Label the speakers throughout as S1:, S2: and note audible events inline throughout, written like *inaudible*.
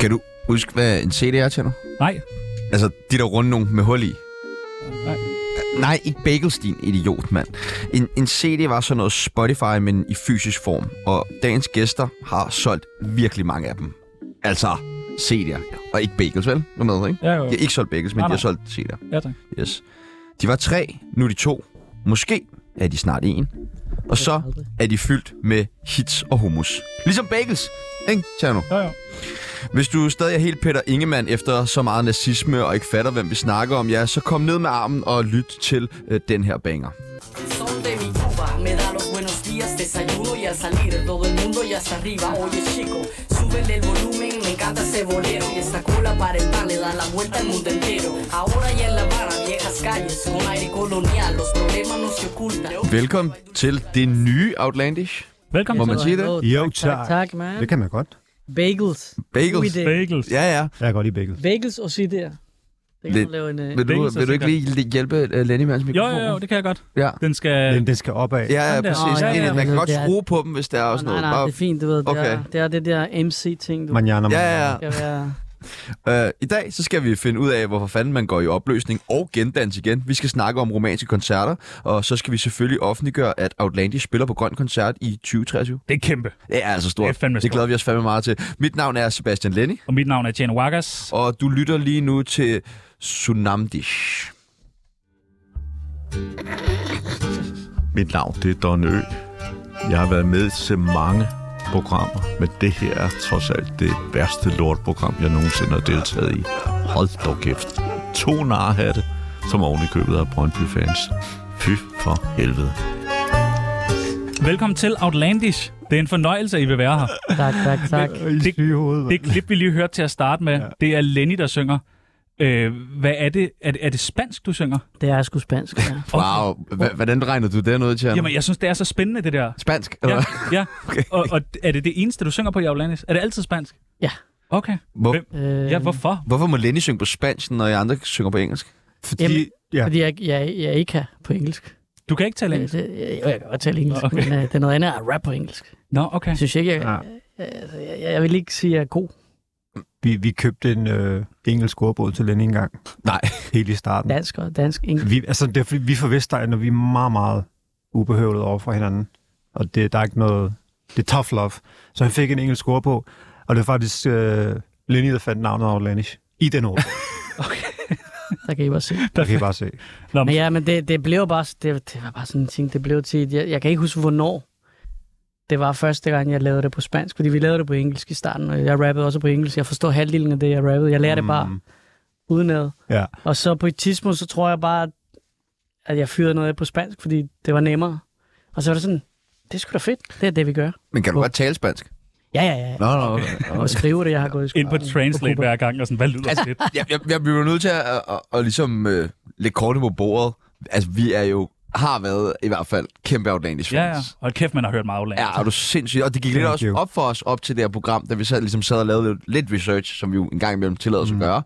S1: Kan du huske, hvad en CD er til nu?
S2: Nej.
S1: Altså, de der runde nogen med hul i.
S2: Nej.
S1: Nej, ikke Bagelstein, idiot, mand. En, en CD var sådan noget Spotify, men i fysisk form. Og dagens gæster har solgt virkelig mange af dem. Altså, CD'er. Og ikke bagels, vel? Du er med, ikke?
S2: Ja, jo.
S1: De har ikke solgt bagels, men
S2: Nej,
S1: de har
S2: nej.
S1: solgt CD'er.
S2: Ja, tak.
S1: Yes. De var tre, nu er de to. Måske er de snart en. Og så er de fyldt med hits og hummus. Ligesom bagels, ikke, Tjerno?
S2: Jo, jo.
S1: Hvis du stadig er helt Peter Ingemann efter så meget nazisme og ikke fatter, hvem vi snakker om, ja, så kom ned med armen og lyt til øh, den her banger.
S3: El sol de mi Cuba me da los buenos días, desayuno y al salir todo el mundo y hasta arriba. Oye chico, súbele el volumen, me encanta ese bolero y esta cola para el pan le da la vuelta al mundo entero. Ahora ya en La Habana, viejas calles, con aire colonial, los problemas no se ocultan.
S1: Velkommen til det nye Outlandish.
S2: Velkommen
S1: Må
S2: til
S1: man sige det?
S4: Jo,
S5: tak.
S4: tak.
S5: Tak, man.
S4: Det kan man godt.
S5: Bagels. God
S1: Bagels.
S5: idé.
S2: Bagels. Ja.
S1: Ja, ja.
S4: Jeg kan godt lide bagels.
S5: Bagels og CD'er. Det kan
S1: Det-
S5: man lave en... øh,
S1: Vil du,
S2: Bagels er
S1: vil du
S2: så
S1: ikke lige hjælpe øh, Lenny med hans
S2: Jo,
S1: mikrofon?
S2: jo, jo, det kan jeg godt.
S1: Ja.
S2: Den skal...
S4: Den, den skal opad. Ja.
S1: Ja, ja,
S2: Sådan der.
S1: præcis.
S5: Nå, ja,
S1: Det-
S5: ja,
S1: Man kan
S5: men
S1: godt
S5: det er-
S1: skrue på dem, hvis der er også
S5: nej,
S1: noget.
S5: nej, det er fint, du ved. Det,
S1: Okay.
S5: er, det er det der MC-ting, du
S4: Manjana,
S1: Ja, ja, ja.
S5: skal være...
S1: Øh, I dag så skal vi finde ud af, hvorfor fanden man går i opløsning og gendans igen. Vi skal snakke om romanske koncerter, og så skal vi selvfølgelig offentliggøre, at Outlandish spiller på Grøn Koncert i 2023.
S2: Det er kæmpe.
S1: Det er altså stort.
S2: Det er fandme
S1: det
S2: stort.
S1: glæder vi os fandme meget til. Mit navn er Sebastian Lenny,
S2: Og mit navn er Tjano Wagas.
S1: og du lytter lige nu til Tsunamdish.
S6: Mit navn det er Don Ø. Jeg har været med til mange programmer, men det her er trods alt det værste lortprogram, jeg nogensinde har deltaget i. Hold dog kæft. To narhatte, som oven i købet af Brøndby-fans. Fy for helvede.
S2: Velkommen til Outlandish. Det er en fornøjelse, at I vil være her.
S5: Tak, tak, tak.
S4: I syge hoved.
S2: Det klip, vi lige hørte til at starte med, ja. det er Lenny, der synger. Øh, hvad er det? Er, det- er det spansk, du synger?
S5: Det er sgu spansk, ja.
S2: Okay.
S1: Wow, h- hvordan regner du den ud til?
S2: Jamen, jeg synes, det er så spændende, det der.
S1: Spansk?
S2: Ja,
S1: Eller?
S2: *laughs* ja. Og, og er det det eneste, du synger på i Outlandish? Er det altid spansk?
S5: Ja.
S2: Okay.
S1: Hvor,
S2: Hvem-
S5: Øh,
S2: Ja, hvorfor?
S1: hvorfor må Lenny synge på spansk, når jeg andre synger på engelsk?
S4: Fordi,
S5: Jamen,
S4: ja,
S5: Fordi jeg, jeg, jeg ikke kan på engelsk.
S2: Du kan ikke tale
S5: Øh, Det,
S2: engelsk?
S5: det, jeg, jeg kan godt tale engelsk,
S2: Okay.
S5: okay. men øh, det er noget andet at rappe på engelsk.
S2: Nå, okay.
S5: Jeg synes ikke, jeg,
S4: Ja.
S5: jeg, altså, jeg, jeg vil ikke sige, at jeg er god.
S4: vi, vi købte en øh, engelsk ordbog til Lenny engang.
S1: Nej.
S4: Helt i starten.
S5: Dansk og dansk engelsk.
S4: Vi, altså, det er, fordi vi er fra Vestegn, og vi er meget, meget ubehøvlede over for hinanden. Og det, der er ikke noget... Det er tough love. Så han fik en engelsk ord på, og det var faktisk øh, Lenny, der fandt navnet Outlandish. I den
S5: *laughs*
S4: ord.
S5: Der kan I bare se.
S4: Det kan I bare se.
S2: Nå,
S5: Men
S2: men,
S5: ja, men det, det blev bare, det, det var bare sådan en ting, det blev til, jeg, jeg kan ikke huske, hvornår det var første gang, jeg lavede det på spansk, fordi vi lavede det på engelsk i starten, og jeg rappede også på engelsk. Jeg forstod halvdelen af det, jeg rappede. Jeg lærte mm. det bare
S2: Mm.
S5: udenad.
S4: Ja.
S5: Og så på et tidspunkt, så tror jeg bare, at jeg fyrede noget af på spansk, fordi det var nemmere. Og så var det sådan, det er sgu da fedt, det er det, vi gør.
S1: Men kan du godt tale spansk?
S5: Ja, ja, ja.
S1: Nå, nå, okay. *laughs*
S5: Og skrive det, jeg har gået i skole.
S2: ind på Translate hver gang, og sådan, hvad lyder
S5: Altså,
S2: det?
S1: jeg, jeg, jeg bliver nødt til at, at, at, at ligesom øh, lægge kortet på bordet. Altså, vi er jo, har været i hvert fald kæmpe outlandish
S2: Ja, ja.
S1: fans.
S2: Hold kæft, man har hørt meget Outlandish.
S1: Ja, er du sindssygt. Og det gik lidt
S4: Thank
S1: også
S4: you.
S1: op for os op til det her program, da vi sad, ligesom sad og lavede lidt- lidt research, som vi jo en gang imellem tillader os mm. at gøre,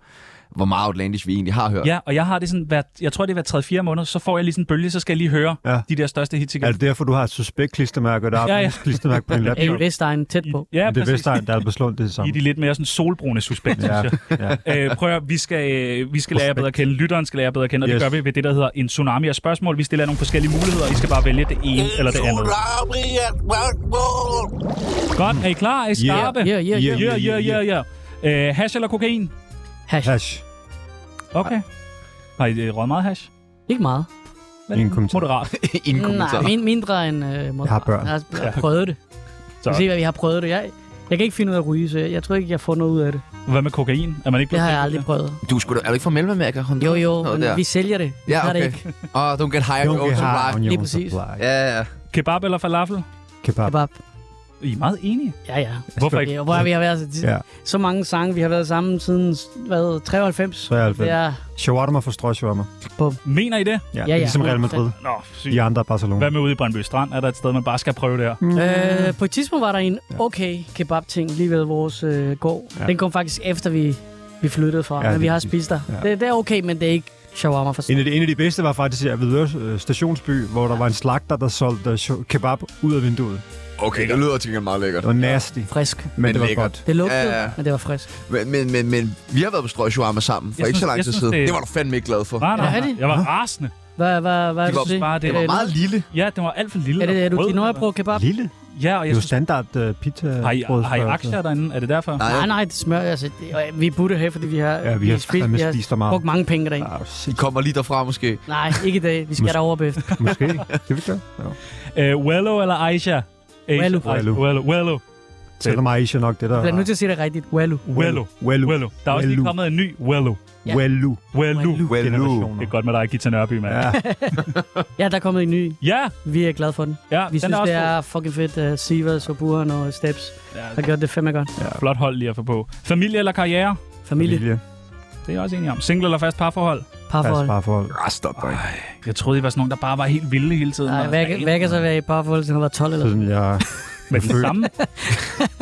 S1: hvor meget outlandish vi egentlig har *laughs* hørt.
S2: Ja, og jeg har det sådan, hver, jeg tror, det er hver 3-4 måneder, så får jeg lige sådan en bølge, så skal jeg lige høre ja.
S4: Ja.
S2: de der største hits igen.
S4: Er det derfor, du har et suspekt klistermærke, og der er
S2: Ja,
S4: ja,
S2: ja.
S4: ja. et klistermærke på din laptop?
S5: Ikke Vestegn, tæt på.
S2: ja,
S4: Men det er
S2: præcis.
S4: Vestegn, der er beslået det er det
S2: I
S4: samme.
S2: de lidt mere sådan solbrune suspekter,
S4: Ja,
S2: synes jeg.
S4: ja.
S2: Øh, prøv at, høre, vi skal, øh, vi skal lære jer bedre at kende, lytteren skal lære jer bedre at kende, og yes.
S4: Yes.
S2: det gør vi ved det, der hedder en tsunami af spørgsmål. Vi stiller jer nogle forskellige muligheder, og I skal bare vælge det ene eller det andet. Godt, er I klar? Er I skarpe?
S5: Ja, ja, ja.
S4: Yeah.
S2: ja, ja, ja, ja. Øh, Hash eller kokain?
S5: Hash.
S4: Hash.
S2: Okay. Har I øh, røget meget hash?
S5: Ikke meget.
S2: Vel,
S4: Ingen kommentar.
S2: Moderat.
S1: Ingen
S5: Nej,
S1: kommentar.
S5: min, mindre end øh, mod.
S4: Jeg har børn.
S5: Jeg har, jeg har prøvet det. Så. Se,
S2: Så,
S5: hvad vi har prøvet det. Jeg, jeg kan ikke finde ud af at ryge, så jeg, jeg tror ikke, jeg får noget ud af det.
S2: hvad med kokain? Er man ikke
S5: Det
S2: blevet
S5: har jeg
S2: tilbudt
S5: aldrig prøvet.
S1: Du er, sgu da, er du ikke fra Mellemamerika?
S5: Jo, jo,
S1: Noget
S5: men
S1: der.
S5: vi sælger det. Vi
S1: Ja,
S5: har det
S1: okay.
S5: ikke.
S1: Åh, oh, don't get high on your
S4: Junkie
S1: own
S4: har
S1: supply.
S4: onion
S5: Lige præcis.
S4: supply.
S1: Ja, ja.
S2: Kebab eller falafel?
S4: Kebab.
S5: Kebab.
S2: I er meget enige.
S5: Ja, ja.
S2: Hvorfor ikke?
S5: Ja, Hvor er vi har været så,
S4: Ja.
S5: så mange sange. Vi har været sammen siden, hvad, 93?
S4: 93.
S5: Det er,
S4: Shawarma for strøshawarma.
S2: Mener I det?
S4: Ja,
S5: ja.
S4: ja, ja. Ligesom Real Madrid.
S2: Nå, sygt.
S4: De andre er Barcelona.
S2: Hvad med ude i Brøndby Strand? Er der et sted, man bare skal prøve det her?
S4: Mm.
S5: øh, på et tidspunkt var der en okay kebab-ting lige ved vores øh, gård. Ja.
S4: Ja.
S5: Den kom faktisk efter, vi, vi flyttede fra.
S4: Ja,
S5: Ja, men vi
S4: lige
S5: har
S4: præcis.
S5: spist der. Ja.
S4: Ja.
S5: Det, det er okay, men det er ikke shawarma for
S4: En af, de, en af de bedste var faktisk i Avedøre øh, stationsby, hvor der var en slagter, der solgte øh, sho- kebab ud af vinduet.
S1: Okay, det lyder til gengæld meget lækkert.
S4: Det var nasty,
S5: Frisk.
S4: men, men det var
S1: lækkert.
S4: godt.
S5: Det lugtede,
S1: Ja, ja.
S5: men det var frisk.
S1: Men, men, men, men vi har været på Strøshuama sammen for
S2: Jeg
S1: ikke så
S2: synes-
S1: lang
S2: jeg
S1: tid
S2: synes,
S1: siden.
S2: det-
S1: Det var du fandme ikke glad for.
S2: Nej,
S5: Er
S2: nej,
S5: det
S2: nej.
S5: rigtigt?
S2: Jeg var rasende.
S5: Hvad, hvad, hvad
S1: De
S5: vil du
S1: var
S5: sige?
S2: bare- det
S1: Det var meget lille.
S2: Ja, den var alt for lille.
S5: Er det, er
S2: og
S5: du
S2: rød.
S5: kinøjebrød kebab?
S4: Lille.
S2: Ja, og
S4: Det
S2: jeg
S4: er jo
S2: synes,
S4: standard uh, pizza.
S2: har I,
S4: brød-
S2: har I aktier derinde? Er det derfor?
S5: Nej, nej, det smør. Altså, det, og vi burde her, fordi vi har,
S4: Ja, vi har
S5: spist-
S4: fandme
S5: vi har
S4: spist der meget.
S5: brugt mange penge derind.
S4: Ah,
S1: I
S4: sindssygt.
S1: kommer lige derfra måske.
S5: Nej, ikke i dag. Vi skal
S4: Måske-
S5: derover bagefter.
S4: Måske. Det vil gøre.
S2: *laughs*
S4: Ja.
S2: Øh, Wello eller Aisha? Aisha.
S5: Wello.
S2: Aisha. Wello. Wello.
S4: Tæller mig Aisha nok det der.
S5: Jeg er nødt til at sige det rigtigt. Walu.
S2: Wello.
S4: Wellu.
S2: Wello. Der er også lige
S4: Wello.
S2: kommet en ny Wello.
S5: Ja.
S4: Wellu.
S2: Wello.
S1: Well, nu.
S4: Generationer.
S2: Det er godt med dig, Gita Nørby, mand.
S4: Ja,
S5: Ja, der er kommet en ny.
S2: Ja,
S5: Vi er glade for den.
S2: ja
S5: Vi
S2: den
S5: synes,
S2: er også
S5: det er fucking fedt. at Sivas og Buren og Steps har gjort det fandme godt.
S2: Ja, flot hold lige at få på. Familie eller karriere?
S5: Familie,
S4: familie.
S2: Det er jeg også enig om. Single eller fast parforhold?
S5: parforhold.
S4: Fast parforhold.
S1: Ah, stop dig.
S2: Jeg troede, I var sådan nogen, der bare var helt vilde hele tiden.
S5: Nej,
S2: Og-
S5: hvad, kan- hvad kan så være i parforhold, siden jeg var 12 eller
S4: Sådan, jeg,
S2: Med den
S4: Født.
S2: samme?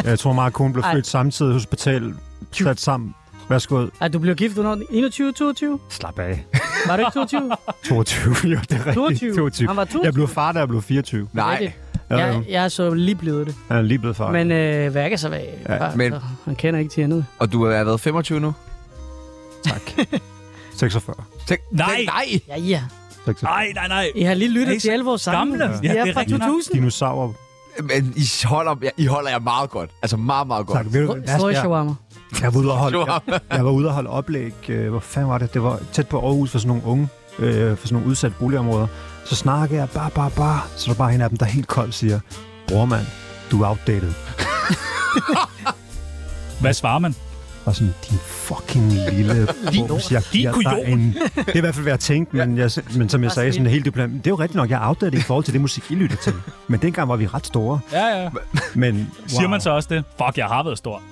S4: jeg tror, mig og kone blev
S5: Ej.
S4: født samtidig hospital. Sat sammen. Værsgo.
S5: Ej, du blev gift, under 21, 22?
S4: Slap af. *laughs*
S5: Var du ikke *laughs* 22?
S4: 22, jo, det er rigtigt.
S5: 22?
S4: 22.
S5: Han var 22.
S4: Jeg blev far, da jeg blev 24.
S1: Nej,
S5: Rigtigt.
S4: Ja, ja.
S5: Jeg, jeg er så lige blevet det.
S4: Han er lige blevet far.
S5: Men øh, hvad kan så være?
S4: Ja,
S5: Ja,
S1: men-
S5: men... Han kender ikke til andet.
S1: og du har været 25 nu?
S4: Tak. 46.
S1: Tænk,
S2: Nej.
S1: Tænk, nej.
S5: Ja, ja.
S4: 46.
S2: Nej, nej, nej.
S5: I har lige lyttet
S2: Er I
S5: til
S2: så
S5: alle vores sange.
S2: gamle? Ja,
S5: Ja,
S2: det er
S5: er fra
S2: rigtigt.
S5: 2000.
S4: Dinosaurer.
S1: Men I holder, ja, I holder jer meget godt. Altså meget, meget godt.
S4: Tak, ved du, Mads,
S5: Sløj
S4: jeg,
S5: shawarma.
S4: jeg, var ude og holde,
S1: Shawarma.
S4: jeg, jeg var ude og holde oplæg. Øh, hvor fanden var det? Det var tæt på Aarhus for sådan nogle unge, øh, for sådan nogle udsatte boligområder. Så snakker jeg bare, bare, bare. Så er der bare en af dem, der helt kold siger, bror mand, du er outdated.
S2: Hvad svarer man?
S4: Og sådan, din fucking lille bums, jeg
S2: *laughs* Din
S4: giver dig
S2: kujon.
S4: en... Det er i hvert fald, hvad jeg tænkte, men, jeg, men som jeg sagde sådan helt diplomat, det er jo rigtigt nok, jeg er outdated i forhold til det musik, I lytter til. Men dengang var vi ret store.
S2: Ja, ja.
S4: Men, wow.
S2: Siger man så også det? Fuck, jeg har været stor.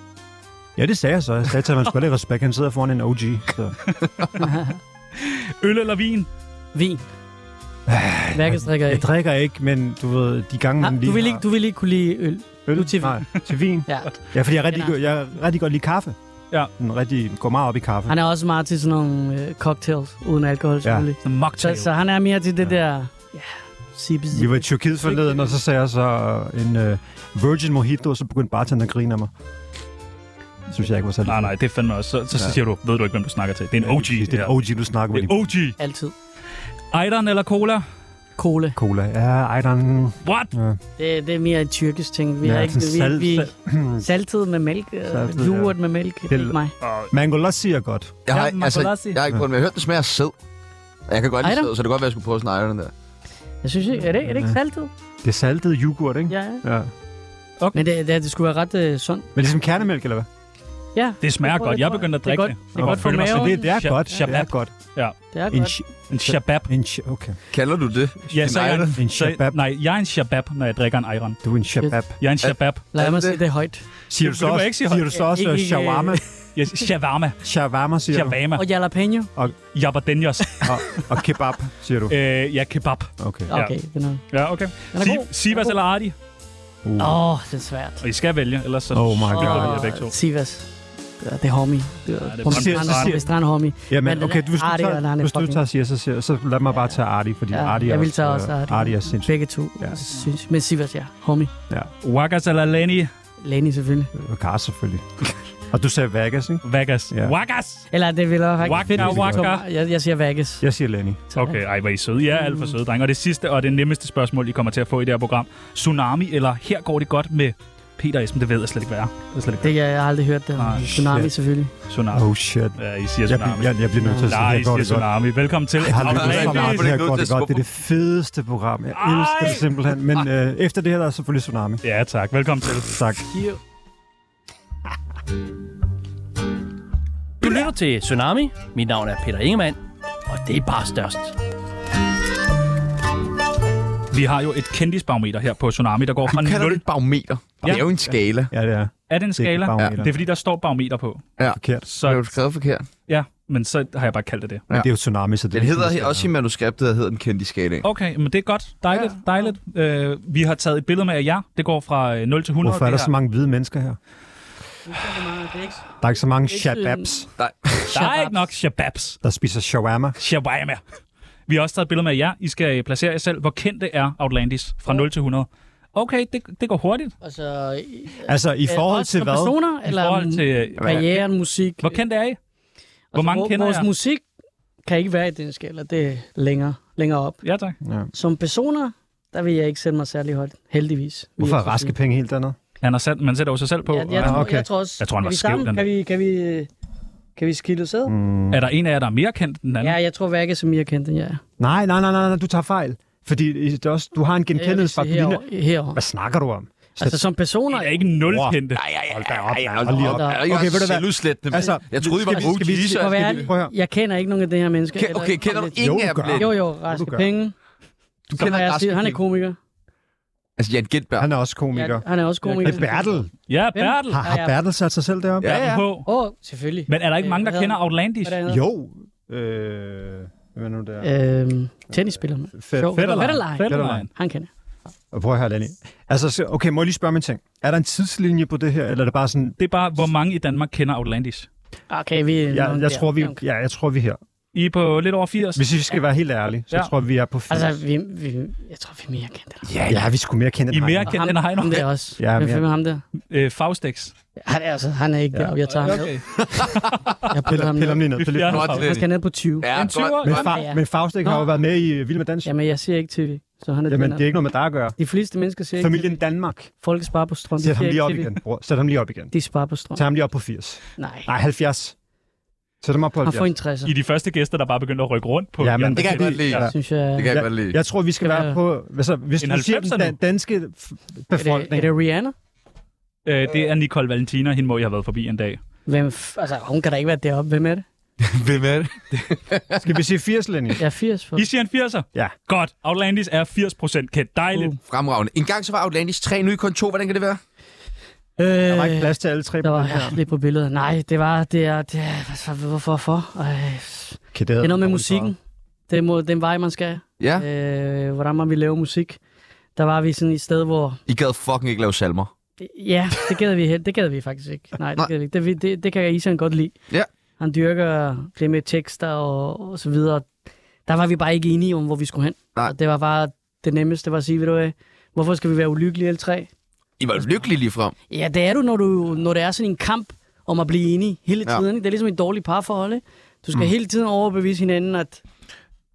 S4: Ja, det sagde jeg så. Jeg sagde til ham, man skulle have lidt respekt. Han sidder foran en OG. Så.
S2: Øl eller vin?
S5: Vin. Værkes drikker
S4: Jeg
S5: ikke.
S4: drikker ikke, men du ved, de gange, man
S5: Ah,
S4: lige
S5: du, vil ikke, du vil ikke kunne lide øl.
S4: har øl,
S5: du til vin.
S4: Nej, til vin.
S5: Ja.
S4: Ja, fordi jeg rigtig,
S5: Generelt.
S4: jeg rigtig godt lide kaffe.
S2: Ja.
S4: Den rigtig går meget op i kaffe.
S5: Han er også meget til sådan nogle øh, cocktails uden alkohol, selvfølgelig.
S2: Sådan en
S5: Så,
S2: Mocktail.
S5: så han er mere til det der... Ja, sippe,
S4: Vi var
S5: sippe.
S4: i Tyrkiet forleden, og så sagde jeg så en uh, virgin mojito, og så begyndte bartenderen at grine af mig. Det synes jeg ikke var særlig.
S2: Nej, nej, det er fandme også. Så, så, så siger du, ved du ikke, hvem du snakker til. Det er en OG.
S4: Det er en OG, du snakker med.
S2: Det er
S4: din
S2: OG.
S5: Altid.
S2: Ejderen eller cola?
S5: Cola.
S4: Cola. Ja, ej, der er en...
S2: What?
S5: Det, det er mere en tyrkisk ting. Vi
S4: Ja,
S5: har ikke... Vi,
S4: sådan
S5: vi,
S4: salt-
S5: saltet med mælk. øh,
S4: Saltet,
S5: yoghurt med mælk. Det er ikke mig.
S4: Mango lassi er godt.
S1: Jeg har,
S2: Ja, man
S1: altså,
S2: får lov at sige.
S1: jeg har ikke prøvet, men jeg har hørt, det smager af sæd. Og Jeg kan godt lide
S5: Ejder?
S1: sæd, så det kan godt være, at jeg skulle prøve sådan en ejder, den der.
S5: Jeg synes ikke... Er det, er det ikke saltet?
S4: Det er saltet yoghurt, ikke?
S5: Ja, ja.
S4: ja.
S5: Men det, det, det skulle være ret øh, sundt.
S4: Men det er som kernemælk, eller hvad?
S5: Ja,
S2: Det smager
S5: Jeg tror,
S2: godt.
S5: jeg
S2: Jeg
S5: tror,
S2: begyndte at
S5: det er
S2: drikke
S5: godt-
S2: det.
S5: det er godt for
S2: Føler mig
S4: Så
S5: maven.
S2: sådan
S4: det, det er
S2: Sha-
S4: godt. Det er
S2: Shabab.
S4: godt.
S5: det er
S4: En,
S5: godt.
S4: sh-
S2: En shabab.
S4: en sh- okay.
S1: Kalder du det?
S2: Ja, så er jeg,
S1: United.
S4: En
S2: så,
S4: shabab.
S2: nej, jeg er en shabab, når jeg drikker en Iron.
S4: Du er en shabab.
S2: Jeg er en shabab.
S5: Lad
S1: det-
S5: mig sige det højt.
S4: Siger du
S2: Det
S4: så
S2: må
S4: også,
S2: jeg ikke sige
S4: siger du så også
S5: Ikke-
S4: øh,
S5: ikke- *laughs*
S4: shawarma?
S2: Jeg shawarma.
S4: Shawarma, siger du.
S2: Shawarma.
S5: Og jalapeno.
S2: Jabardenos.
S4: Og, og kebab,
S2: *laughs*
S4: siger du.
S2: Øh, ja, kebab.
S4: Okay.
S5: Okay, det er noget.
S2: Ja, okay.
S5: Den er
S2: Si-
S5: god.
S2: Sivas
S5: Den er
S2: eller Ardi?
S4: Uh.
S5: Åh, oh, det er svært.
S2: Og I skal vælge, ellers så...
S4: Oh my
S2: Det
S4: god.
S2: er begge to.
S5: Sivas. Ja, det er homie. Det er, ja,
S2: det er
S5: det
S2: Brøndby Strand.
S5: er Strand homie. Men
S4: Jamen,
S5: den
S4: okay,
S5: er
S4: hvis du
S5: Artie, og den er
S4: tager, hvis du
S5: fucking-
S4: tager siger, så, siger, så lad mig bare tage Arti, fordi
S5: Ja,
S4: Arti er
S5: jeg vil
S4: også,
S5: tage også
S4: øh,
S5: Arti.
S4: Arti er sindssygt.
S5: Begge to,
S4: Ja.
S5: ja. synes Men Sivas, ja. Homie.
S2: Wagas eller Lani?
S5: Lani selvfølgelig.
S4: Og øh, Kars selvfølgelig. *laughs* og du sagde Vegas, ikke?
S2: Vagas.
S4: Ja.
S2: Wagas!
S5: Eller det ville jeg faktisk
S2: Waka, waka.
S5: Jeg, jeg siger Vagas.
S4: Jeg siger Lenny.
S2: Okay, ej, hvor er I søde. Ja, alt for søde, drenge. Og det sidste og det nemmeste spørgsmål, I kommer til at få i det her program. Tsunami eller Her går det godt med Peter Esben? Det ved jeg slet ikke, hvad er. Det er slet ikke,
S5: Det jeg, jeg har aldrig hørt det.
S2: Ah,
S5: Tsunami
S4: shit.
S5: selvfølgelig.
S2: hvad er. Tsunami.
S4: Oh shit.
S2: Ja, I siger
S4: Jeg,
S2: Tsunami.
S4: bliver- jeg, jeg bliver nødt til at sige,
S2: Nej,
S4: at
S2: I
S4: jeg går
S2: siger
S4: det godt.
S2: Tsunami. Velkommen til.
S4: Jeg har lyttet
S1: Nej,
S4: så meget til
S1: det er
S4: her
S1: ikke
S4: går
S1: noget,
S4: det
S1: det er
S4: godt. Det er det fedeste program. Jeg elsker det simpelthen. Men øh, efter det her, der er selvfølgelig Tsunami.
S2: Ja, tak. Velkommen til.
S4: Tak.
S7: Du lytter til Tsunami. Mit navn er Peter Ingemann, og det er bare størst.
S2: Vi har jo et kendisbarometer her på Tsunami, der går fra
S1: Du kalder det
S2: 0...
S1: et barometer. Det
S2: Ja.
S1: er jo en skala.
S4: Ja, det er.
S2: Er det en
S4: Det er
S2: skala?
S4: ikke
S1: Ja.
S4: barometer.
S2: Det er fordi, der står barometer på.
S4: forkert.
S1: Så er
S2: Så
S1: du skrevet forkert.
S2: ja, men så har jeg bare kaldt det det.
S4: Men det er jo Tsunami, så det
S1: Den
S4: er
S1: hedder
S4: sådan, det
S1: også i manuskriptet, der hedder den kendte skala.
S2: Okay, men det er godt. Dejligt, dejligt. Øh, vi har taget et billede med af jer. Det går fra øh, 0 til 100.
S4: Hvorfor er
S2: det
S4: der så
S2: her.
S4: mange hvide mennesker her? Der er ikke så mange
S5: Ikke sådan-
S4: shababs,
S2: Der er ikke nok shababs.
S4: der spiser shawarma.
S2: Shawarma. Vi har også taget et billede med jer. I skal øh, placere jer selv. Hvor kendte er Outlandis fra 0 til 100? Okay, det, det går hurtigt.
S5: Og så, i,
S4: Altså,
S5: Øh,
S4: i forhold til hvad?
S5: Personer,
S2: I
S5: eller mm,
S2: forhold til... øh,
S5: karrieren, musik.
S2: Hvor kendt er I?
S5: Altså,
S2: Hvor mange
S5: vo-
S2: kender
S5: Vores
S2: jeg?
S5: musik kan ikke være i den skala, det er længere, længere op.
S2: Ja, tak.
S5: Som personer, der vil jeg ikke sætte mig særlig højt, heldigvis. vil
S4: Hvorfor
S5: jeg
S4: er
S5: så
S4: raske
S5: sige.
S4: penge helt andet?
S2: Han har sat, man sætter jo sig selv på.
S5: Ja, jeg, tror,
S4: okay.
S5: jeg tror også,
S2: Jeg tror, han
S5: er
S2: var
S5: vi
S2: skæv,
S5: sammen?
S2: den
S5: Kan vi, kan vi, øh, kan vi skille os ad? Mm.
S2: Er der en af jer, der er mere kendt end den anden?
S5: Ja, jeg tror hverken Samir kendte den, jeg er.
S4: Nej, nej, nej, nej, nej, du tager fejl. Fordi øh, det er også, du har en
S5: Øh,
S4: genkendelsesfaktor. Ja,
S5: herovre. herovre.
S4: Hvad snakker du om?
S5: Altså som personer,
S2: Jeg er ikke nul
S4: Wow.
S2: kendte.
S1: Ej, ej, ej,
S4: da op.
S1: ej,
S4: Hold lige op.
S1: ej, ej,
S4: Okay, ved du hvad?
S1: Selvudslættende.
S4: Altså,
S1: jeg troede, I var
S4: skal vi-
S1: gode
S4: skal vi-
S1: teaser.
S5: for at være
S4: Prøv at høre.
S5: ærlig, jeg kender ikke nogen af de her mennesker.
S1: Ke-
S5: eller-
S1: Okay, kender du
S5: lidt-
S1: ingen
S4: Jo,
S1: af dem?
S4: gør.
S5: Jo,
S1: lidt?
S5: jo,
S4: Jo,
S5: Raske
S4: du gør.
S5: Penge.
S1: Du
S5: Som
S1: kender
S5: jeg
S1: Raske
S5: siger, han er
S1: Penge.
S5: komiker.
S1: Altså, Jan Gintberg.
S4: Han er også komiker.
S5: Ja, han er også komiker.
S4: Det er Bertel.
S2: Ja, Bertel.
S4: Har, har
S5: Ja, ja.
S4: Bertel sat sig selv deroppe?
S1: Ja,
S2: Bertel
S1: ja.
S2: på.
S5: Åh, oh, selvfølgelig.
S2: Men er der ikke
S5: Øh,
S2: mange, der
S5: hvad
S2: kender
S5: hedder
S2: Outlandish?
S5: Hvad er det,
S4: Jo. Øh, hvad er nu der?
S5: han hedder? Øhm, tennisspiller. mand.
S4: Fed-
S5: Sjov.
S2: Fetterlein.
S5: Fetterlein.
S2: Fetterlein.
S5: Han kender. jeg.
S4: Og prøv at høre, Danny. Altså, så- okay, må jeg lige spørge mig en ting. Er der en tidslinje på det her, eller er det bare sådan...
S2: Det er bare, hvor mange i Danmark kender Outlandish.
S5: Okay, vi er
S4: Jeg,
S5: nogen
S4: jeg,
S5: der.
S4: tror, vi,
S5: Okay.
S4: ja, jeg tror, vi er her.
S2: I er på lidt over 80.
S4: Hvis vi skal være helt ærlige, så
S2: Ja.
S4: jeg tror jeg, vi er på... fire.
S5: Altså, vi, vi, jeg tror, vi er mere kendte. eller-
S4: ja, ja, vi skulle mere kende
S2: I er
S4: end
S2: mere
S4: Heino.
S2: kendt end
S5: ham,
S2: Heino.
S5: ham der også.
S4: Ja,
S5: Ja,
S4: men
S5: Hvem
S4: jeg-
S5: fanden er ham der?
S2: Øh, Faustex.
S5: Han er, altså, han er ikke ja. deroppe. Jeg tager ham ned. *laughs*
S2: Okay.
S5: Jeg putter
S4: Piller,
S5: ham
S4: piller ham
S5: ned.
S4: lige ned.
S2: Vi
S4: Piller.
S2: fjerner
S1: Godt,
S2: Faustex.
S5: Jeg skal ned på 20.
S1: Ja,
S2: En
S1: godt,
S2: tyver.
S4: Men,
S1: godt.
S4: fa-
S5: Ja, ja.
S4: men Faustik har jo
S5: Nå.
S4: været med i øh, Vild med Dans.
S5: Jamen, jeg ser ikke tv, så han er
S4: Jamen,
S5: den
S4: det er ikke noget med dig at gøre.
S5: De fleste mennesker ser
S4: Familien
S5: ikke
S4: Danmark.
S5: TV. Folk sparer på strøm. De
S4: Sæt
S5: ser
S4: ham lige
S5: ikke
S4: op
S5: TV.
S4: igen, bror. Sæt ham lige op igen.
S5: De sparer på strøm.
S4: Tag ham lige op på 80.
S5: Nej,
S4: Nej, 70. Sæt ham op på
S5: han får
S4: 70.
S5: en 60'er.
S2: I er de første gæster, der bare begyndte at rykke rundt på
S4: Ja, men-
S1: Det kan jeg godt lide.
S4: Ja.
S5: Synes jeg,
S1: Det kan jeg godt lide.
S4: Jeg tror, vi skal
S5: Skal
S4: være
S5: være-
S4: på... Altså, hvis
S2: En
S4: du siger den
S2: 90'er nu.
S4: dan- danske f-
S5: er, det, er
S4: befolkning...
S5: det Rihanna?
S2: Øh, det er Nicole Valentina. Hende må I have været forbi en dag.
S5: Hvem, f- altså, hun kan da ikke være deroppe. Hvem er det?
S1: Hvem er det?
S4: Skal vi sige 80, Lenny?
S5: Jeg er 80 for.
S2: I siger en 80'er?
S4: Ja.
S2: Godt. Outlandish er 80% kendt. Dejligt.
S5: Uh.
S1: Fremragende. En gang så var Outlandish 3, nu i kun 2. Hvordan kan det være?
S5: Øh,
S4: Der var ikke plads til alle tre på
S5: der
S4: den
S5: var
S4: her.
S5: lidt på billedet. Nej, det var, det er, det er, altså, hvorfor, hvorfor? Ej, det
S4: Okay, det
S5: er noget med musikken. Det må, den vej, man skal.
S1: Ja,
S5: Øh, hvordan man vil lave musik. Der var vi sådan et sted, hvor
S1: I gad fucking ikke lave salmer.
S5: Ja, det gad vi, helt- det gad vi faktisk ikke. Nej,
S1: Nej.
S5: det, gad vi ikke. Det, vi- det, det kan Isan godt lide.
S1: Ja.
S5: Han dyrker det med tekster og, og så videre. Der var vi bare ikke enige om, hvor vi skulle hen.
S1: Nej.
S5: Og det var bare det nemmeste, var at sige, ved du hvad, hvorfor skal vi være ulykkelige alle tre?
S1: I var jo lykkelige lige frem.
S5: Ja, det er du, når, du, når det er sådan en kamp om at blive enige hele
S1: Ja.
S5: tiden. ikke? Det er ligesom et dårligt parforhold. ikke? Du skal mm. hele tiden overbevise hinanden, at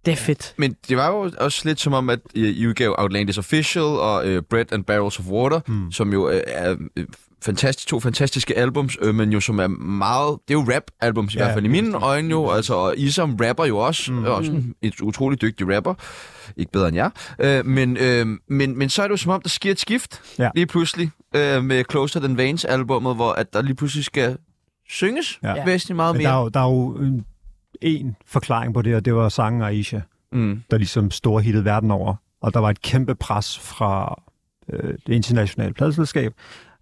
S5: det er fedt.
S1: Men det var jo også lidt som om, at I, I udgav Outlandish Official og øh, Bread and Barrels of Water, mm. som jo øh, er øh, fantastisk, to fantastiske albums, øh, men jo som er meget... Det er jo rap-albums i
S4: Ja,
S1: hvert fald i mine øjne jo, altså, og I som rapper jo også, mm. også en et utrolig dygtig rapper. Ikke bedre end jer. Øh, men, øh, men, men så er det jo som om, der sker et skift
S4: Ja.
S1: lige pludselig øh, med Closer Than Vanes-albummet, hvor at der lige pludselig skal synges
S4: Ja.
S1: ja. væsentligt meget
S4: Men der er
S1: mere.
S4: jo, der er jo en, en forklaring på det, og det var sangen Aisha,
S1: Mm.
S4: der ligesom storhittede verden over. Og der var et kæmpe pres fra øh, det internationale pladselskab,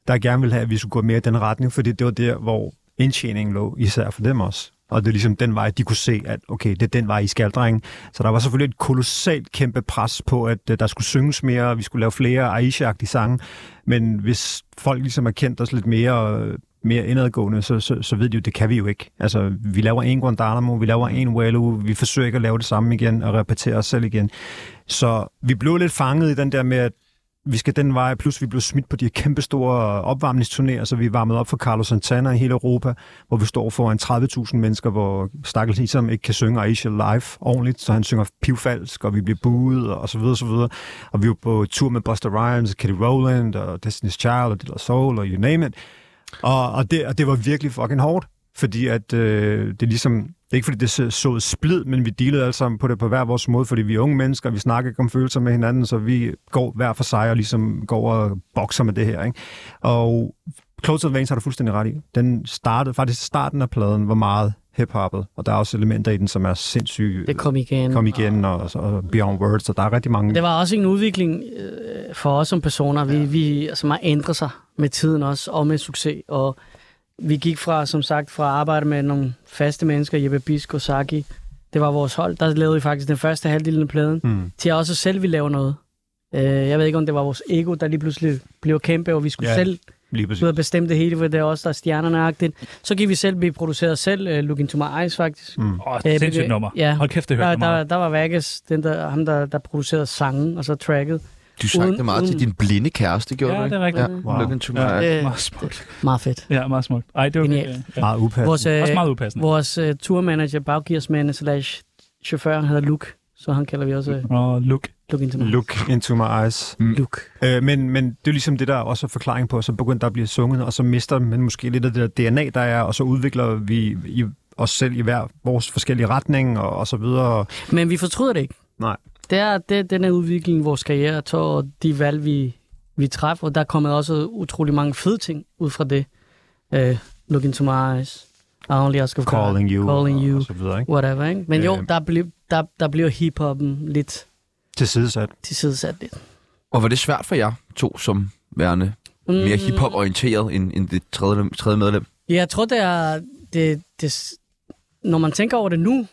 S4: der gerne ville have, at vi skulle gå mere i den retning, fordi det var der, hvor indtjeningen lå, især for dem også. Og det er ligesom den vej, de kunne se, at okay, det er den vej, I skal, drenge. Så der var selvfølgelig et kolossalt kæmpe pres på, at øh, der skulle synges mere, og vi skulle lave flere Aisha-agtige sange. Men hvis folk ligesom har kendt os lidt mere, øh, mere indadgående, så, så, så ved de jo, det kan vi jo ikke. Altså, vi laver en Guantanamo, vi laver en Walu, vi forsøger ikke at lave det samme igen og repetere os selv igen. Så vi blev lidt fanget i den der med, at vi skal den vej, plus vi blev smidt på de her kæmpe store opvarmningsturnéer, så vi varmede op for Carlos Santana i hele Europa, hvor vi står foran 30.000 mennesker, hvor stakkels Isam ikke kan synge Aisha live ordentligt, så han synger pivfalsk, og vi bliver buet, og så videre, så videre. Og vi var på tur med Buster Rhymes, og Kelly Rowland, og Destiny's Child, og De La Soul, og you name it. Og, og, det, og det var virkelig fucking hårdt, fordi at øh, det er ligesom, det er ikke fordi det så- såede splid, men vi dealede alle sammen på det på hver vores måde, fordi vi er unge mennesker, vi snakker ikke om følelser med hinanden, så vi går hver for sig og ligesom går og bokser med det her. Ikke? Og Close to the Veins har du fuldstændig ret i. Den startede, faktisk starten af pladen var meget hiphoppet, og der er også elementer i den, som er sindssygt
S5: Det kom igen.
S4: kom igen, og, og Beyond Words, og der er rigtig mange...
S5: Det var også en udvikling øh, for os som personer. Vi, ja. vi altså, man ændrer sig med tiden også, og med succes. Og vi gik fra, som sagt, fra at arbejde med nogle faste mennesker, Jeppe Bisk og Saki. Det var vores hold. Der lavede vi faktisk den første halvdel af pladen.
S4: Mm.
S5: Til at også selv vi lave noget. Øh, jeg ved ikke, om det var vores ego, der lige pludselig blev kæmpe, og vi skulle
S4: Ja.
S5: ja. selv
S4: Lige
S5: ud
S4: præcis.
S5: og bestemme det hele, for det er også der er stjernerne -agtigt. Så gik vi selv, vi producerede selv uh, Look Into My Eyes, faktisk. Mm.
S2: Åh,
S5: Ja, det-
S2: sindssygt
S5: det-
S2: nummer.
S5: ja.
S2: Hold kæft, det hørte
S5: Der,
S2: jeg meget.
S5: der, der var Vagas, den der, ham der, der producerede sangen, og så tracket.
S1: Du sang
S5: Uden-
S1: det meget til
S5: uden-
S1: din blinde kæreste, gjorde
S2: Ja,
S1: du ikke?
S2: det er rigtigt.
S1: Ja,
S4: Wow.
S1: Look into my
S2: Ja.
S1: eyes.
S5: Øh,
S2: Meget smukt.
S5: meget fedt.
S2: Ja, meget smukt. Ej, det var
S5: Genialt.
S2: virkelig- ja.
S4: Meget upassende.
S5: Vores, øh,
S2: Også meget upassende.
S5: vores øh, tourmanager, baggearsmand slash chauffør, han hedder Luke. Så han kalder vi også øh,
S2: Og look.
S5: Luke Internet.
S4: Look into my eyes.
S5: Luke.
S4: Øh, men, men det er jo ligesom det, der også er forklaring på, så begynder der at blive sunget, og så mister man måske lidt af det der DNA, der er, og så udvikler vi i, os selv i hver vores forskellige retning, og, og så videre.
S5: Men vi fortryder det ikke.
S4: Nej.
S5: Det er, det er den her udvikling, vores karriere tog, og de valg, vi, vi træffer. Og der er kommet også utrolig mange fede ting ud fra det. Uh, look into my eyes. I only ask of God.
S4: Calling you,
S5: Calling
S4: og,
S5: you.
S4: og så videre. Ikke?
S5: Whatever, ikke? Men jo,
S4: Øh.
S5: der, blev, der, der bliver hiphoppen lidt
S4: Tilsidesat.
S5: tilsidesat lidt.
S1: Og var det svært for jer to som værende
S5: Mm.
S1: mere hiphop-orienteret end, end det tredje, tredje medlem?
S5: Ja, Jeg tror, det er... Det, det, s- når man tænker over det nu,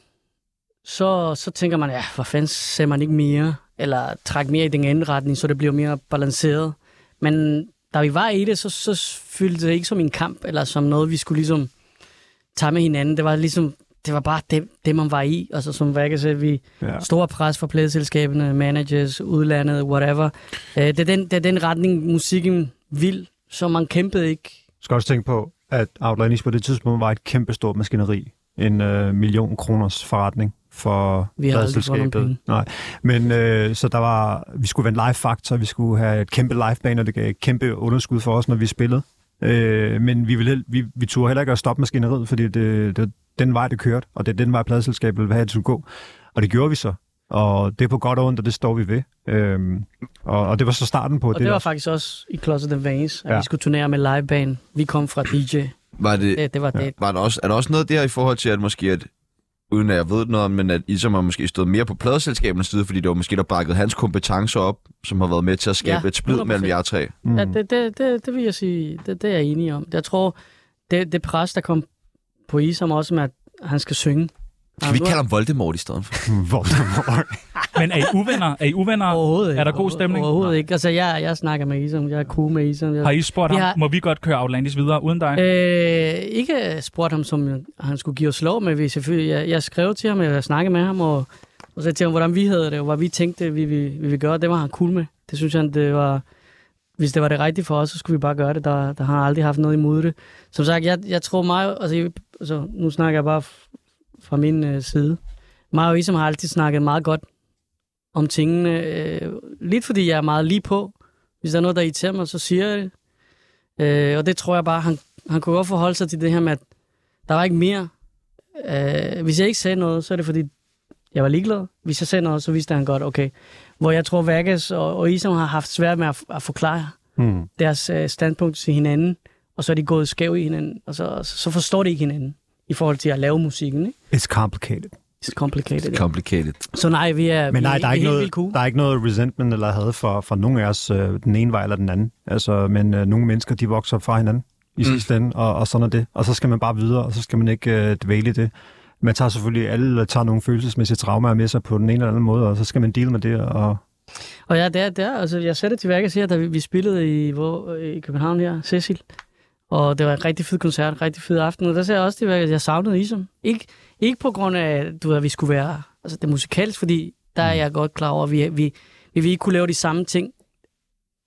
S5: så, så tænker man, ja, hvor fanden ser man ikke mere? Eller træk mere i den anden retning, så det bliver mere balanceret. Men da vi var i det, så, så følte det ikke som en kamp, eller som noget, vi skulle ligesom tage med hinanden. Det var ligesom, det var bare det, det man var i. Altså som Værke sagde, vi
S4: Ja.
S5: store pres fra pladselskaberne, managers, udlandet, whatever. Øh, Det er den, det er den retning, musikken vil, så man kæmpede ikke
S4: skal også tænke på, at Outlandish på det tidspunkt var et kæmpestort maskineri. En øh, million kroners forretning for
S5: Vi havde aldrig fået nogen
S4: pladselskabet. Nej, men øh, så der var, vi skulle være en live faktor, vi skulle have et kæmpe liveband, og det gav et kæmpe underskud for os, når vi spillede. Øh, men vi, ville, hel- vi, vi turde heller ikke at stoppe maskineriet, fordi det, det var den vej, det kørte, og det er den vej, pladselskabet ville have, at det skulle gå. Og det gjorde vi så. Og det er på godt og ondt, og det står vi ved. Øhm, og, og det var så starten på
S5: Og det, var faktisk også i Closet and Vanish, at
S4: Ja.
S5: ja. vi skulle turnere med liveband. Vi kom fra DJ.
S1: Var det,
S5: Det, det var det.
S1: var der også, er der også noget der i forhold til, at måske at uden at jeg ved noget om, men at I som har måske stået mere på pladeselskabernes side, fordi det var måske, der brækkede hans kompetencer op, som har været med til at skabe ja,
S5: Ja,
S1: et splid
S5: 100%.
S1: mellem jer tre.
S4: Mm.
S5: Ja, det, det, det, det vil jeg sige, det, det er jeg enig om. Jeg tror, det, det pres, der kom på Isam også med, at han skal synge.
S1: Kan vi ikke kalde ham Voldemort i stedet for?
S4: mm, *laughs* Voldemort.
S5: *laughs*
S2: Men er I uvenner? Er I uvenner?
S5: Overhovedet ikke.
S2: Er der god stemning?
S5: Overhovedet ikke. Altså, jeg, jeg snakker med Isam. Jeg er cool med Isam. Jeg,
S2: Har I spurgt
S5: Vi
S2: ham,
S5: har-
S2: må vi godt køre Outlandis videre uden dig?
S5: Øh, ikke spurgt ham, som han skulle give os lov med. Vi selvfølgelig, jeg, jeg skrev til ham, jeg snakkede med ham, og, og så til ham, hvordan vi havde det, og hvad vi tænkte, vi, vi, vi ville gøre. Det var han cool med. Det synes han, det var... Hvis det var det rigtige for os, så skulle vi bare gøre det. Der, der har han aldrig haft noget imod det. Som sagt, jeg, jeg tror mig... Altså, jeg- altså, nu snakker jeg bare f- fra min øh, side. Mig og Isam har altid snakket meget godt om tingene. Øh, lidt fordi jeg er meget lige på. Hvis der er noget, der irriterer mig, så siger jeg det. Øh, og det tror jeg bare, han, han kunne godt forholde sig til det her med, at der var ikke mere. Øh, hvis jeg ikke sagde noget, så er det fordi, jeg var ligeglad. Hvis jeg sagde noget, så vidste han godt, okay. Hvor jeg tror, Vagas og, og Isam har haft svært med at, at forklare
S4: Mm.
S5: deres øh, standpunkt til hinanden, og så er de gået skæv i hinanden, og så, så, så forstår de ikke hinanden i forhold til at lave musikken. Ikke?
S4: It's complicated.
S5: It's complicated.
S1: Complicated.
S5: Så nej, vi er,
S4: Men nej,
S5: vi,
S4: der er,
S5: vi
S4: ikke
S5: helt
S4: noget,
S5: vildt cool.
S4: der er ikke noget resentment eller had for, for nogen af os, øh, den ene vej eller den anden. Altså, men øh, nogle mennesker, de vokser fra hinanden i mm. sidste ende, og, og sådan er det. Og så skal man bare videre, og så skal man ikke øh, dvæle i det. Man tager selvfølgelig alle øh, tager nogle følelsesmæssige traumer med sig på den ene eller anden måde, og så skal man deal med det. Og,
S5: Og ja, det er, det er, altså, jeg satte det til værk og siger, da vi, vi spillede i, hvor, øh, i København her, Cecil. Og det var en rigtig fed koncert, en rigtig fed aften. Og der sagde jeg også til værk, at jeg savnede Isam. Ikke, ikke på grund af, du ved, at vi skulle være altså, det musikalsk, fordi der er jeg godt klar over, at vi, vi, vi vil ikke kunne lave de samme ting,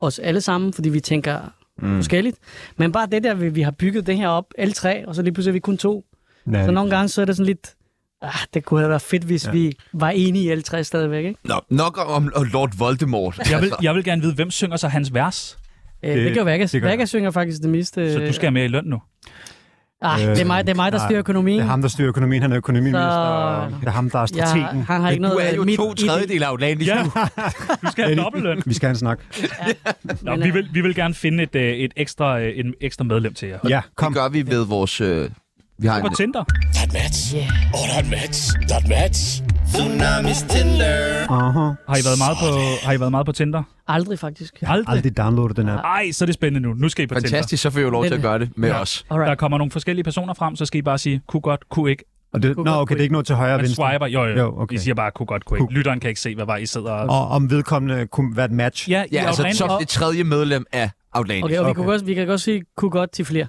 S5: os alle sammen, fordi vi tænker mm. forskelligt. Men bare det der, vi, vi har bygget det her op, alle tre, og så lige pludselig er vi kun to.
S4: ja,
S5: Så nogle gange så er det sådan lidt, ah, det kunne have været fedt, hvis ja. vi var enige i alle tre stadigvæk, ikke?
S1: Nå, nok om om Lord Voldemort. Altså,
S2: Jeg vil, jeg vil gerne vide, hvem synger så hans vers?
S5: Øh, det,
S4: Det-
S5: det gør Vagas.
S4: det gør
S5: Vagas synger faktisk det meste.
S2: Så du skal have med i løn nu.
S5: Ah, det, er mig, det er mig, der
S4: Nej,
S5: styrer økonomien.
S4: Det er ham, der styrer økonomien. Han er økonomiminister,
S5: Så-
S4: og det er ham, der er strategen.
S5: jeg, han har ikke
S1: Du
S5: noget...
S1: er jo
S5: mit-
S1: to tredjedel af Outlandis nu.
S2: Du skal have dobbeltløn.
S4: Vi skal have en snak.
S2: Nå,
S5: Men,
S2: vi,
S5: øh,
S2: vil, vi vil gerne finde et, øh, et, ekstra, øh, et ekstra medlem til jer.
S4: Ja, kom.
S1: Det gør vi ved vores... Øh, vi har
S2: På
S1: en,
S2: Tinder.
S8: Der er et match. Og der er et match. Der er et match. Tsunamis Tinder.
S4: Aha.
S2: Har I været meget på, har I været meget på Tinder?
S5: Aldrig, faktisk.
S2: Aldrig.
S4: Aldrig downloadet den app.
S2: Ej, så er det spændende nu. Nu skal I på Tinder.
S1: fantastisk, så får I jo lov til at gøre det med os.
S2: Der
S5: Alright.
S2: kommer nogle forskellige personer frem, så skal I bare sige, kunne godt, kunne ikke.
S4: Og det, nå, okay, det er ikke noget til højre og
S2: Man
S4: venstre.
S2: swiper. Jo, jo.
S4: Jo, okay.
S2: I siger bare, kunne godt, kunne ikke. Lytteren kan ikke se, hvad vej I sidder og...
S4: Og om vedkommende kunne være et match.
S2: Ja, I
S1: Ja,
S2: er
S1: altså
S2: rent
S1: som
S2: op.
S1: det tredje medlem af Outlandis.
S5: Okay, og vi,
S4: Okay.
S5: kunne også, vi kan godt sige, kunne godt til flere.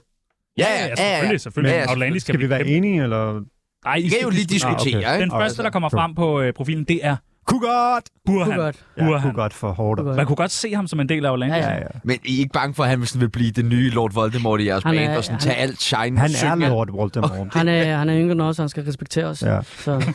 S1: Ja,
S2: Ja, ja, selvfølgelig, selvfølgelig.
S1: Ja, ja,
S2: Outlandish
S4: Skal
S2: kan
S4: vi være enige, eller?
S2: Nej, I
S1: Vi kan jo lige
S2: diskutere.
S1: diskutere,
S4: Ah, okay.
S1: ikke?
S2: Den første, der kommer frem på øh, profilen, det er
S4: Kunne godt!
S2: Burhan.
S5: Kunne godt.
S4: Ja,
S2: Burhan.
S4: kunne godt for hårdt.
S5: Kunne godt.
S2: Man kunne godt se ham som en del af Orlando.
S5: Ja, ja.
S4: Ja, ja.
S1: Men I er ikke bange for, at han sådan vil blive den nye Lord Voldemort i jeres
S5: Han er-
S1: band, og sådan
S5: han-
S1: tage alt shine?
S4: Han
S1: synge
S4: er
S1: alt?
S4: Lord
S5: *laughs*
S4: Voldemort.
S5: Han er, han er yngre end os, og han skal respektere os.
S4: Ja.
S5: Så,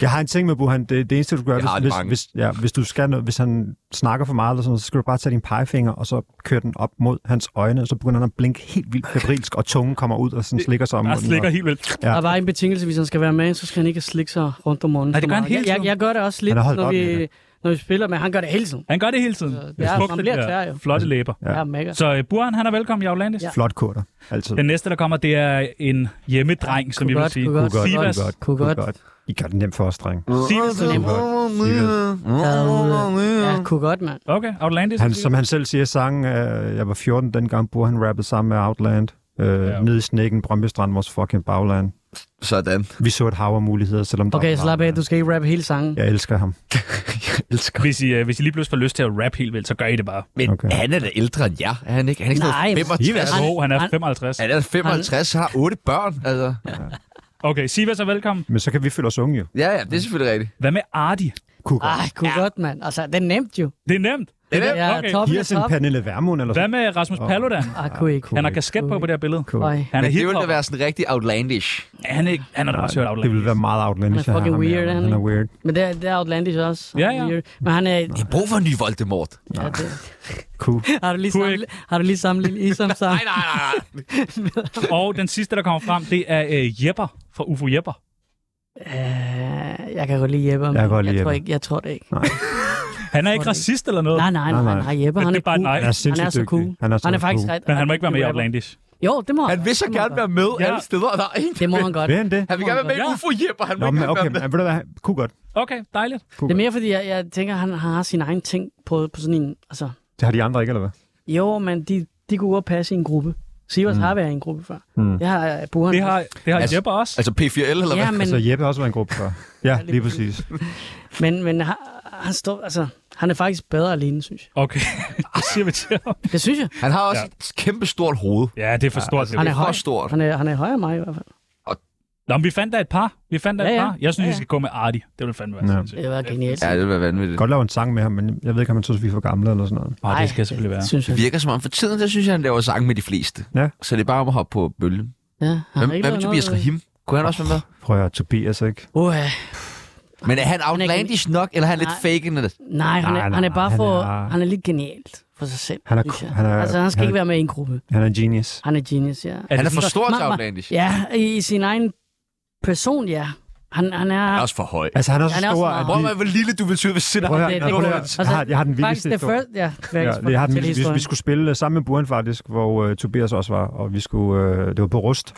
S4: Jeg har en ting med Buhan. Det, det eneste, du gør,
S1: Jeg har det
S4: hvis,
S1: mange.
S4: hvis, ja, hvis, du skal, noget- hvis han snakker for meget, eller sådan, noget, så skal du bare tage din pegefinger, og så køre den op mod hans øjne, og så begynder han at blinke helt vildt febrilsk, og tungen kommer ud og sådan slikker sig om
S2: Jeg
S4: munden.
S2: slikker
S4: og-
S2: helt vildt.
S5: ja.
S4: Ja.
S5: Der er bare en betingelse, hvis han skal være med, så skal han ikke slikke sig rundt om morgenen.
S2: Nej, det
S5: for
S2: gør han
S5: meget.
S2: hele
S5: jeg,
S2: tiden.
S5: jeg, jeg gør det også lidt,
S4: Han har holdt
S5: når
S4: op med
S5: vi,
S4: det.
S5: når vi spiller, men han gør det hele tiden.
S2: Han gør det hele tiden.
S5: Så det er-
S2: Fugtigt,
S5: man bliver tør, jo.
S2: Flotte læber.
S5: Ja. Jeg er mega.
S2: Så uh, Burhan, han er velkommen i Outlandis.
S5: Ja.
S4: Flot kurter, altid.
S2: Den næste, der kommer, det er en hjemmedreng, som vi vil
S5: godt,
S2: sige.
S5: kunne godt,
S4: Kunne
S2: Sivas.
S4: godt,
S5: Kunne godt.
S4: I gør det nemt for os, dreng.
S2: Sivas.
S5: Ja, kunne godt, mand.
S2: Okay, Outlandis.
S4: Han, som han selv siger i sangen, øh, jeg var 14 dengang, Burhan rappede sammen med Outland. Øh,
S2: Ja.
S4: ja. Nede i snækken, Brøndby Strand, vores fucking bagland.
S1: Sådan. *laughs*
S4: Vi så et hav af muligheder, selvom der
S5: Okay,
S4: var-
S5: slap af. Du skal ikke rappe hele sangen.
S4: Jeg elsker ham.
S1: Jeg elsker.
S2: Hvis I, uh, hvis I lige pludselig får lyst til at rap helt vildt, så gør I det bare.
S1: Men
S4: Okay.
S1: han er da ældre end jer. Er han ikke? Han er ikke
S5: Nej,
S1: sådan noget 65.
S5: Sivas.
S2: Jo, han er
S5: han-
S2: 55.
S1: Han er 55, har otte børn. Altså.
S2: Okay, Sivas er velkommen.
S4: Men så kan vi føle os unge, jo.
S1: Ja, ja, det er selvfølgelig rigtigt.
S2: Hvad med Ardi?
S5: Ah,
S4: Kunne godt.
S5: Ej, kunne godt, mand. Altså, det er nemt jo.
S2: Det er nemt.
S1: Det er
S5: Ja,
S2: okay.
S5: top
S4: Giv
S5: er
S4: os en
S5: top.
S4: Pernille Vermund eller
S2: Hvad
S4: sådan
S2: med Rasmus Paludan?
S5: Ah, kunne ikke.
S4: Cool.
S2: Han har kasket på på det her billede.
S4: Cool.
S5: Ej,
S2: Han
S1: Men
S2: er
S1: det ville
S2: hiphop.
S1: da være sådan rigtig outlandish.
S2: Han er ikke... Han har da også hørt
S4: Det
S2: Outland.
S4: ville være meget outlandish.
S5: Han er
S4: at have
S5: fucking
S4: ham her.
S5: weird, er han
S4: Han er weird.
S5: men det er, det er Outlandish også.
S2: Ja, ja.
S5: Weird. Men han er...
S1: Jeg har brug for en ny Voldemort.
S5: Ja, det,
S2: *laughs*
S4: Cool.
S5: har du lige
S2: Kunne
S5: samlet, har du lige samlet
S2: *laughs*
S5: lille Isam sammen?
S1: Nej, nej, nej, nej.
S2: Og den sidste, der kommer frem, det er uh, Jepper fra UFO Jepper.
S5: Øh, jeg kan godt lide Jeppe, men
S4: kan godt lide
S5: jeg, tror
S4: Jeppe.
S5: ikke, jeg tror det ikke.
S2: Han er ikke
S5: Tror det
S2: racist eller noget,
S5: Nej, nej, nej, nej,
S4: nej.
S5: nej Jeppe,
S2: men
S5: han
S2: det
S5: er
S2: er bare et
S5: cool.
S2: nej.
S4: Han er
S5: Han
S4: sindssygt
S5: er så
S4: dygtig.
S5: cool.
S4: Han er, så
S5: Han er faktisk
S4: cool.
S5: ret.
S2: Men han må ikke være med i
S5: rapper.
S2: Outlandish.
S5: Jo, det må
S1: Han vil så
S5: det må
S1: gerne
S5: godt.
S1: være med
S2: Ja.
S1: alle steder. Nej.
S5: Det må han godt.
S4: Vil han det?
S1: Han vil gerne være med i
S2: Ja.
S1: UFO Jeb, og han vil
S4: Nå, men
S1: ikke
S4: okay.
S1: okay. være med.
S4: Men, ved du hvad? Kunne godt.
S2: Okay, dejligt.
S5: Det er mere fordi, jeg, jeg tænker, han har sin egen ting på, på sådan en... Altså,
S4: Det har de andre ikke, eller hvad?
S5: jo, men de, de kunne godt passe i en gruppe. Sivas mm. har været i en gruppe før. Mm. Det har Burhan.
S2: Det har, det har
S1: Altså-
S2: Jepper også.
S1: Altså P4L, eller
S5: ja,
S1: hvad?
S5: men,
S4: Men... Så Jeppe har også været en gruppe før. Ja, lige præcis.
S5: men, men han, han, står, altså, han er faktisk bedre alene, synes jeg.
S2: Okay, *laughs* det siger vi til ham.
S5: Det synes jeg.
S1: Han har også et kæmpe stort hoved.
S2: Ja, det er for stort.
S5: Han
S1: Det
S5: er
S1: er for
S5: høj.
S1: stort.
S5: Han er, han er højere end mig i hvert fald.
S2: Nå, men vi fandt da et par. Vi fandt da et
S5: Ja, ja.
S2: par. Jeg synes,
S5: Ja,
S2: vi
S5: ja.
S2: skal gå med Arti. Det ville fandme være
S4: Ja.
S2: sindssygt.
S5: Det var genialt.
S1: Ja, det vil være vanvittigt.
S4: Godt lave en sang med ham, men jeg ved ikke, om han synes, vi er for gamle eller sådan noget.
S2: Åh,
S5: Ej,
S2: det skal selvfølgelig være.
S5: Synes jeg.
S1: Det virker som om for tiden, der synes jeg, han laver sange med de fleste.
S4: Ja.
S1: Så det er bare om at hoppe på bølgen.
S5: Ja, han har
S1: Hvem,
S5: ikke
S1: hvem
S5: lavet
S1: Tobias
S5: noget-
S1: Rahim? Kunne han også være med?
S4: Prøv at høre, Tobias, ikke?
S5: Åh, ja.
S1: Men er han
S5: ikke-
S1: outlandish nok, eller er han lidt
S5: Nej.
S1: fake end det?
S5: nej, han er,
S4: Nej, nej,
S5: han er bare
S4: han
S5: for...
S4: er-
S5: Han er lidt genialt for sig selv.
S4: Han er
S5: synes
S4: cool.
S5: jeg.
S4: Han er-
S5: altså, han skal
S4: han
S5: ikke
S4: er-
S5: være med i en gruppe.
S4: Han er en genius.
S5: Han er genius, ja.
S2: det
S1: Han er for
S2: sådan,
S1: stor til
S5: Ma- ma-
S1: outlandish.
S5: Ja, i, i sin egen person, ja. Han, han er...
S1: Han er også for høj.
S4: Altså, han er så
S5: Han er også
S4: stor,
S5: meget-
S4: at
S1: Prøv
S4: vi...
S1: at være, hvor lille du vil tyde ved siden af
S4: Prøv at
S1: ham.
S4: høre,
S5: det-
S4: nå, prøv at høre.
S5: det-
S4: jeg har, jeg har den
S5: Faktisk
S4: vildeste
S5: det
S4: historie.
S5: første... Ja,
S4: Ja, det har den, vi, vi, vi skulle spille øh, sammen med Buren faktisk, hvor øh, Tobias også var, og vi skulle, øh, det var på Rust.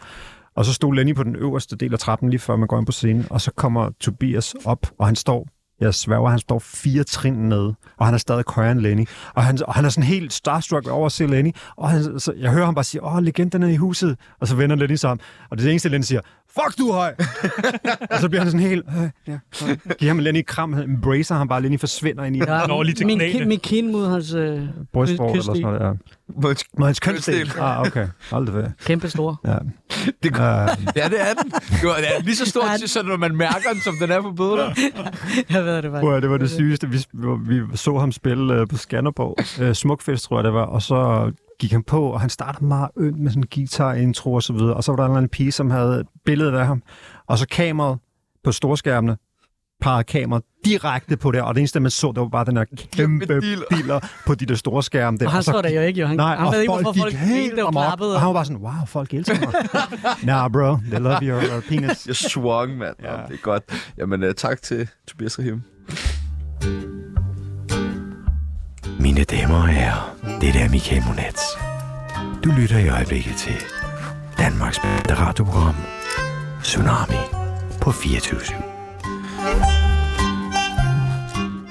S4: Og så stod Lenny på den øverste del af trappen, lige før man går ind på scenen, og så kommer Tobias op, og han står, jeg sværger, han står fire trin nede, og han er stadig højere end Lenny. Og han, og han er sådan helt starstruck over at se Lenny, og han, så, jeg hører ham bare sige, åh, legenden er i huset, og så vender Lenny sig om, og det er det eneste, Lenny siger, fuck du er høj! *laughs* og så bliver han sådan helt, øh, ja, høj. giver ham Lenny et kram, han embracer ham bare, Lenny forsvinder ind i
S5: Ja,
S2: Når lige til
S5: min,
S2: knæene.
S5: kin, min kin mod hans øh,
S4: brystvorten eller sådan
S5: kystel.
S4: noget, ja.
S1: Hvor-
S4: Nå, hans
S1: Kønsdel.
S4: kønsdel. Ah, okay. Hold det ved.
S5: Kæmpe store.
S4: Ja.
S1: Det er
S4: Uh,
S1: Ja, det er den. Jo, det er lige så stor,
S5: Ja.
S1: til, så når man mærker den, som den er på bøder.
S5: Jeg ved det faktisk.
S4: prøv, at, det var det sygeste. Vi, vi så ham spille uh, på Skanderborg. Uh, Smukfest, tror jeg, det var. Og så gik han på, og han startede meget ømt med sådan en guitar-intro og så videre. Og så var der en eller anden pige, som havde et billede af ham. Og så kameraet på storskærmene parrede kameraet direkte på det, og det eneste, man så, det var bare den her kæmpe,
S1: Kæmpe
S4: kæmpe
S1: diller.
S4: biler på de der store skærme. Der.
S5: Og han
S4: så
S5: så det jo ikke, jo. Han,
S4: Nej,
S5: han
S4: og
S5: ved ikke,
S4: folk
S5: hvorfor
S4: gik
S5: folk
S4: helt
S5: og
S4: amok,
S5: klappede.
S4: og han var bare sådan, wow, folk elsker mig. *laughs* nah, bro, they love your uh, penis.
S1: Jeg swung, mand. Ja. det er godt. Jamen, uh, tak til Tobias Rahim.
S9: Mine damer og herrer, det er Michael Monats. Du lytter i øjeblikket til Danmarks bedste radioprogram, Tsunami på 24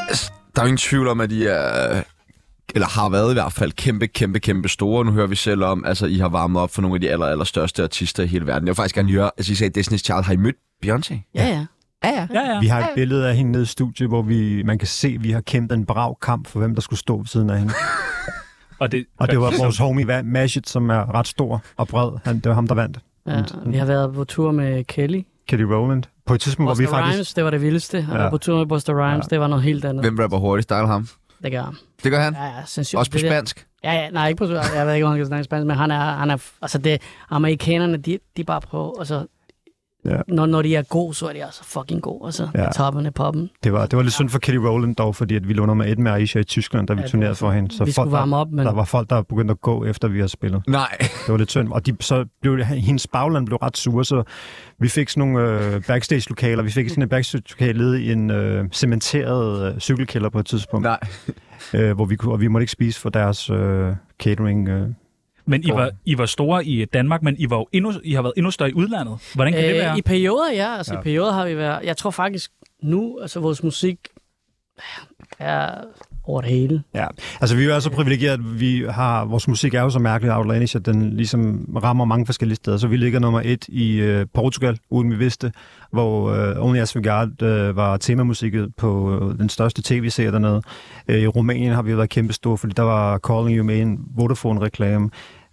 S1: Altså, Der er jo ingen tvivl om, at I er, øh, eller har været i hvert fald, kæmpe, kæmpe, kæmpe store. Nu hører vi selv om, altså I har varmet op for nogle af de aller, aller største artister i hele verden. Jeg vil faktisk gerne høre, altså I sagde Destiny's Child, har I mødt Beyoncé?
S5: Ja, ja.
S2: Ja, ja.
S4: Vi har et billede af hende nede i studiet, hvor vi, man kan se, at vi har kæmpet en brav kamp for, hvem der skulle stå ved siden af hende.
S2: Og det,
S4: Og det
S2: *laughs*
S5: *laughs*
S4: var vores homie Mashit, som er ret stor og bred. Han, det var ham, der vandt.
S5: ja. Vi har været på tur med Kelly
S4: Kelly Rowland. På et tidspunkt,
S5: Buster
S4: hvor vi faktisk...
S5: Rhymes, det var det vildeste. At
S4: Ja.
S5: være på tur med Buster Rhymes, det var noget helt andet.
S1: Hvem rapper hurtigt? Der er ham.
S5: Det gør han.
S1: Det gør han.
S5: Ja, ja, sindssygt.
S1: Også på
S5: Det der-
S1: spansk.
S5: Ja, ja, nej, ikke på spansk. Jeg ved ikke, om han kan snakke spansk, men han er, han er altså det, amerikanerne, de, de bare prøver, altså,
S4: Ja.
S5: ja. når, når de er gode, så er de altså fucking gode, altså,
S4: Ja.
S5: ja. toppen af poppen.
S4: Det var, det var lidt synd for Kelly Rowland dog, fordi at vi lå nummer et med Aisha i Tyskland, da vi
S5: Ja, det
S4: turnerede
S5: var
S4: for hende. Så
S5: Så vi skulle
S4: folk,
S5: varme op,
S4: der,
S5: men
S4: der var folk, der begyndte at gå, efter vi havde spillet.
S1: Nej.
S4: Det var lidt synd. Og de, så blev, hendes bagland blev ret sure, så vi fik sådan nogle øh, backstage-lokaler. Vi fik sådan et backstage-lokale nede i en øh, cementeret øh, cykelkælder på et tidspunkt,
S1: Nej.
S4: øh, hvor vi, kunne, og vi måtte ikke spise for deres øh, catering. Øh.
S2: Men I var, I var store i Danmark, men I, var jo endnu, I har været endnu større i udlandet. Hvordan kan øh, det være?
S5: i perioder, ja, altså
S4: Ja.
S5: ja. i perioder har vi været, jeg tror faktisk nu, altså vores musik er over det hele.
S4: Ja, altså vi er jo så privilegeret, at vi har, vores musik er jo så mærkeligt outlandish, at den ligesom rammer mange forskellige steder. Så vi ligger nummer et i øh, Portugal, uden vi vidste, hvor øh, Only As We Got øh, var temamusikket på øh, den største tv-serie dernede. Øh, I Rumænien har vi været kæmpestore, fordi der var Calling You Man, Vodafone-reklame,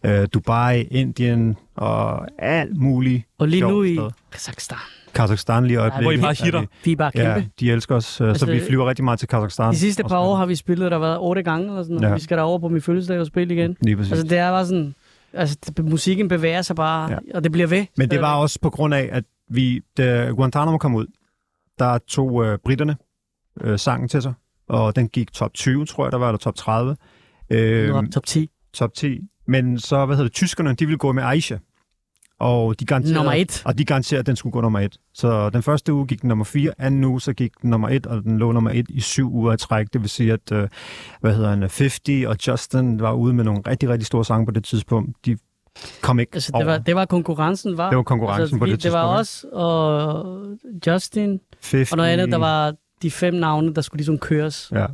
S4: øh, Dubai, Indien og alt muligt.
S5: Og lige
S4: sjovt
S5: nu i
S4: sted.
S5: Kazakhstan.
S4: Kazakhstan lige i øjeblikket.
S2: Hvor I bare
S4: er
S2: hitter.
S4: vi-
S5: Vi er bare kæmpe.
S4: Ja, de elsker os, øh, så
S5: Altså,
S4: vi flyver rigtig meget til Kazakhstan.
S5: De sidste par
S4: Også-
S5: år har vi spillet, der har været otte gange, eller sådan noget.
S4: Ja.
S5: Ja. Vi skal derover på min fødselsdag og spille igen.
S4: Lige præcis.
S5: Altså, det er bare sådan... Altså, det- musikken bevæger sig bare,
S4: Ja.
S5: ja. og det bliver ved.
S4: Men det var også på grund af, at vi, da Guantanamo kom ud, der tog øh, britterne øh, sangen til sig, og den gik top 20, tror jeg, der var, eller top 30. Øh,
S5: Nu er vi top 10.
S4: top 10. Men så, hvad hedder det, tyskerne, de ville gå med Aisha. Og de garanterede,
S5: Nummer et.
S4: Og de garanterede, at den skulle gå nummer 1. Så den første uge gik den nummer 4, anden uge så gik den nummer 1, og den lå nummer 1 i syv uger i træk. Det vil sige, at øh, hvad hedder han, 50 og Justin var ude med nogle rigtig, rigtig store sange på det tidspunkt. De kom ikke
S5: Altså,
S4: over.
S5: det var, det var konkurrencen, var. Altså,
S4: Det var konkurrencen på
S5: vi-
S4: det
S5: Det var os
S4: tidspunkt,
S5: og Justin,
S4: 50,
S5: og noget andet, der var de fem navne, der skulle ligesom køres
S4: Ja.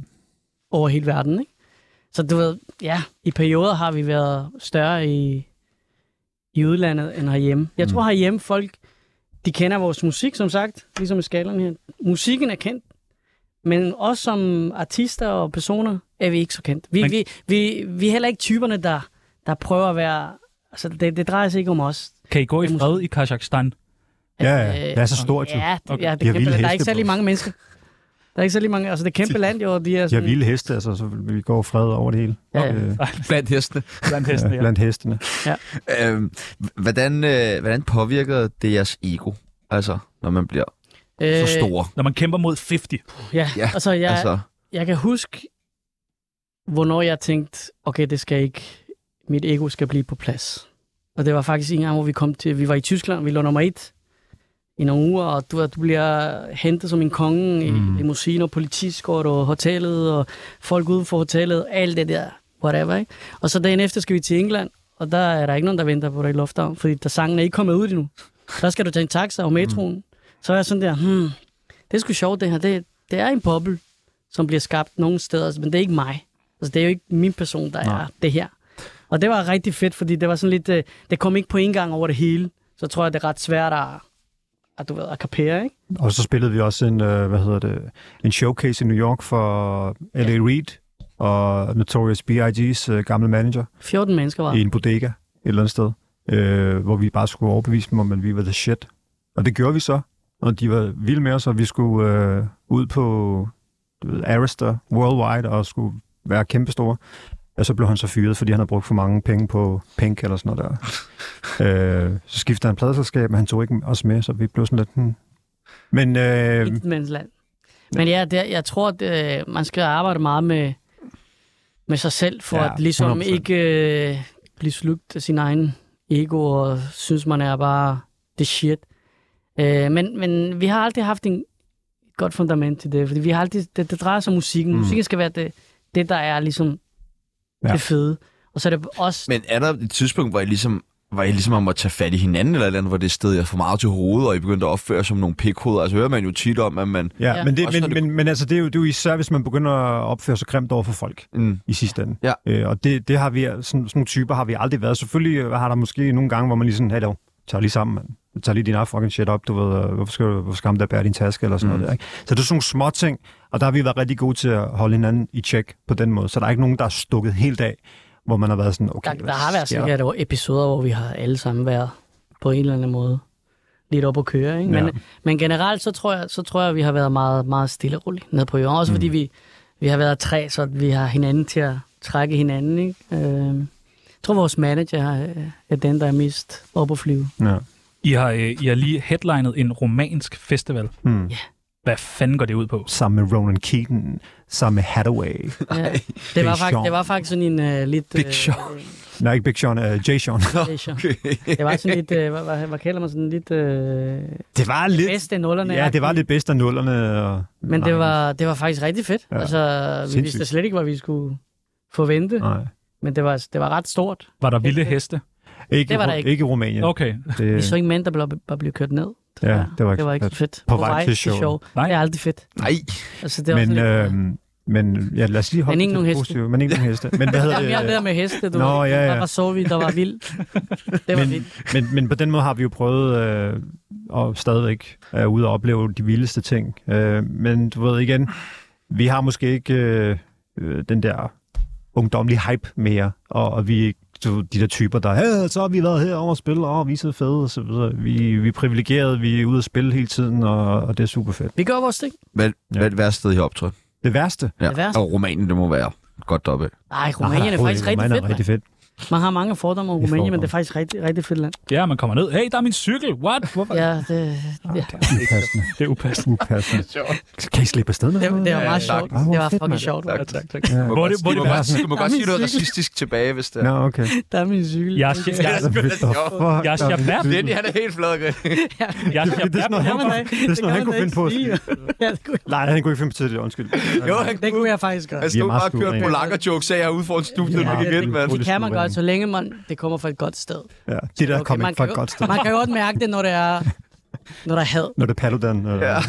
S5: over hele verden, ikke? Så du ved, ja, i perioder har vi været større i, i udlandet end herhjemme. Jeg tror herhjemme, folk, de kender vores musik, som sagt, ligesom i skalaen her. Musikken er kendt, men også som artister og personer er vi ikke så kendt. Vi,
S2: Men-
S5: vi, vi, vi er heller ikke typerne, der, der prøver at være... Altså, det, det drejer sig ikke om os.
S2: Kan I gå i fred i Kazakhstan?
S4: Ja, ja. Det er så stort, jo.
S5: Øh, Ja, det, ja, det
S4: De har vilde
S5: er kæmpe, land. der er
S4: heste
S5: ikke særlig
S4: på.
S5: mange mennesker. Der er ikke særlig mange... Altså, det er kæmpe land, jo, og de er
S4: Ja,
S5: sådan...
S4: vilde heste, altså, så vi går fred over det hele.
S5: Ja, ja.
S4: Øh,
S1: Blandt hestene.
S2: Blandt hestene,
S4: ja,
S2: ja.
S4: blandt hestene.
S1: Øhm, hvordan, øh, hvordan påvirker det jeres ego? Altså, når man bliver øh, så stor.
S2: Når man kæmper mod 50.
S5: Ja,
S1: Ja,
S5: ja, altså, jeg, altså.
S1: Altså,
S5: jeg kan huske, hvornår jeg tænkte, okay, det skal ikke... Mit ego skal blive på plads. Og det var faktisk en gang, hvor vi kom til... Vi var i Tyskland, vi lå nummer et i nogle uger, og du, ved, du bliver hentet som en konge i mm. limousiner, politiskort og hotellet, og folk uden for hotellet, alt det der, whatever, ikke? Og så dagen efter skal vi til England, og der er der ikke nogen, der venter på dig i lufthavn, fordi der sangen er ikke kommet ud endnu. Der skal du tage en taxa og metroen. Mm. Så er jeg sådan der, hmm, det er sgu sjovt det her, det, det er en boble, som bliver skabt nogle steder, altså, men det er ikke mig. Altså, det er jo ikke min person, der Nej. er det her. Og det var rigtig fedt, fordi det var sådan lidt, øh, det kom ikke på en gang over det hele, så tror jeg, det er ret svært at, at du ved, at kapere, ikke?
S4: Og så spillede vi også en, øh, hvad hedder det, en showcase i New York for L.A. Reid og Notorious B.I.G.'s øh, gamle manager
S5: 14 mennesker var
S4: i en bodega et eller andet sted, øh, hvor vi bare skulle overbevise dem om, at vi var the shit. Og det gjorde vi så, og de var vilde med os, og vi skulle øh, ud på du ved, Arista Worldwide og skulle være kæmpestore. Og så blev han så fyret, fordi han havde brugt for mange penge på Pink eller sådan noget der. øh, så skiftede han pladeselskab, men han tog ikke os med, så vi blev sådan lidt... Hmm. Men øh,
S5: et mandsland. Men ja, det, jeg tror, at øh, man skal arbejde meget med, med sig selv, for
S4: Ja,
S5: ja, at ligesom
S4: 100%.
S5: ikke øh, blive slugt af sin egen ego, og synes, man er bare det shit. Øh, men, men vi har altid haft en et godt fundament til det, fordi vi har altid, det, det drejer sig om musikken. Mm. Musikken skal være det, det der er ligesom
S4: Ja.
S5: ja. det fede. Og så er det også...
S1: men er der et tidspunkt, hvor I ligesom var I ligesom om at tage fat i hinanden eller et eller andet, hvor det sted jeg for meget til hovedet, og I begyndte at opføre jer som nogle pikhoveder? Altså hører man jo tit om, at man...
S4: ja,
S5: Ja.
S4: men, det,
S1: Også når
S4: men,
S1: det-
S4: men, men altså, det, er jo, det er jo især, hvis man begynder at opføre sig grimt over for folk.
S1: Mm,
S4: i sidste ende.
S1: Ja.
S4: Øh, og det, det har vi, sådan, sådan nogle typer har vi aldrig været. Selvfølgelig øh, har der måske nogle gange, hvor man lige sådan, hey dog, tag lige sammen, mand. Tag lige din egen fucking shit op, du ved, øh, hvorfor skal, du- hvorfor skal ham der bære din taske, eller sådan mm. noget der, ikke? Så det er sådan nogle små ting, og der har vi været rigtig gode til at holde hinanden i tjek på den måde. Så der er ikke nogen, der er stukket helt af, hvor man har været sådan, okay,
S5: Der,
S4: hvad
S5: der har været
S4: sker
S5: sikkert episoder, hvor vi har alle sammen været på en eller anden måde lidt op at køre. Ikke? Men,
S4: Ja.
S5: ja. men generelt, så tror, jeg, så tror jeg, vi har været meget, meget stille og roligt nede på jorden. Også mm. fordi vi, vi har været tre, så vi har hinanden til at trække hinanden. Ikke? Øh, jeg tror, vores manager øh, er den, der er mest op at
S4: *laughs*
S5: flyve.
S4: Ja.
S2: I har, øh, I har lige headlinet en romansk festival.
S4: Mm.
S5: Ja.
S2: Hvad fanden går det ud på?
S4: Sammen med Ronan Keaton, sammen med Hathaway.
S5: Ja.
S4: Big
S5: Det, var fakt,
S4: Sean.
S5: det var faktisk sådan en uh, lidt...
S1: Big
S5: øh,
S1: Sean.
S4: Nej, ikke Big Sean, uh, Jay Sean. *laughs*
S5: Big Sean. Det var sådan lidt, øh, hvad, hvad, hvad kalder man sådan lidt øh,
S4: Det var lidt...
S5: bedste nullerne.
S4: Ja, det var lidt bedst af nullerne. Og...
S5: Men
S4: nej,
S5: det var, det var faktisk rigtig fedt.
S4: Ja.
S5: Ja. Altså, vi
S4: Sindssygt.
S5: vidste slet ikke, hvad vi skulle forvente, ja.
S4: Nej.
S5: men det var, det var ret stort.
S2: Var der vilde heste?
S4: Ikke,
S5: Det var
S4: Ru-
S5: der ikke.
S4: ikke. i Rumænien.
S2: Okay.
S5: Vi
S4: Det,
S5: så ikke mænd, der blev, bare blev kørt ned.
S4: Ja, det var ikke
S5: det var
S4: så
S5: ikke
S4: fedt.
S5: så fedt.
S4: På vej til showet.
S2: Nej.
S5: Nej. Det er aldrig fedt.
S1: Nej,
S5: Altså, det var
S4: men,
S5: sådan lidt-
S4: øh, men ja, lad os lige holde
S5: Men
S4: det
S5: ingen
S4: til
S5: nogen
S4: det
S5: heste.
S4: positive, Men ingen nogen heste. Men
S5: *laughs*
S4: hvad
S5: Jamen,
S4: hedder
S5: jeg er
S4: det?
S5: der med heste, du.
S4: Nå,
S5: ved.
S4: ja, ja.
S5: Der var så vi, der var vild. Det var
S4: Men-
S5: vildt.
S4: Men, men på den måde har vi jo prøvet øh, at stadigvæk er ude og opleve de vildeste ting. Øh, men du ved igen, vi har måske ikke øh, øh, den der ungdomlige hype mere, og, og vi er ikke du, ved, de der typer, der hey, så har vi været herovre og spille, og vi er så fede, og så videre. Vi, vi er privilegerede, vi er ude og spille hele tiden, og, og det er super fedt.
S5: Vi gør vores ting.
S1: hvad, ja. hvad er det værste sted, I har optrådt?
S4: Det værste?
S1: Ja.
S5: Det værste?
S1: Og Rumænien, det må være godt deroppe.
S5: Nej, Rumænien er faktisk rigtig fedt.
S4: Rumænien er rigtig
S5: mand.
S4: fedt.
S5: Man har mange fordomme om Rumænien, men det er faktisk rigtig, rigtig fedt land.
S2: Ja, man kommer ned. Hey, der er min cykel. What? Hvorfor?
S5: Ja, det, ja.
S4: Upassende.
S2: Det er upassende.
S4: Upassende. kan I slippe afsted med
S5: Det, det var meget
S1: tak.
S5: sjovt. Det var
S4: fedt,
S5: fucking
S4: mand.
S5: sjovt.
S1: Tak, tak, tak.
S4: Ja.
S2: Hvor er det- hvor er det værste?
S1: Du må godt sige noget racistisk tilbage, hvis det er.
S4: Nå,
S5: *laughs*
S4: okay.
S5: Der er min cykel.
S2: Jeg er sj- jeg er- jeg er shabab.
S1: Lenny, han er helt flad.
S2: Jeg er
S4: Det er sådan
S2: shabab.
S4: noget, han,
S5: man da
S4: kunne-
S5: ikke.
S4: det er
S5: Det
S4: sådan
S5: gør
S4: noget, han
S5: man
S4: kunne
S5: da
S4: finde
S5: ikke
S4: på. at
S5: sige. ja, det kunne,
S4: *laughs* Nej, han kunne ikke finde på det, undskyld.
S1: Jo, han
S5: det kunne jeg faktisk godt.
S1: Han stod
S4: meget
S1: bare og
S4: skudt
S1: kørte
S4: af.
S1: på lakker jokes af herude foran studiet
S4: Ja,
S1: ja, igen,
S4: det-
S1: mand.
S4: det-
S5: Det kan man
S4: skulle være.
S5: godt, så længe man, det kommer fra et godt sted.
S4: Ja, det der
S5: Okay,
S4: kom
S5: man
S4: ikke fra
S5: kan
S4: et
S5: jo-
S4: godt sted.
S5: Man kan godt mærke det, når det er, når der er had.
S4: Når det er Paludan. Eller,
S1: Ja.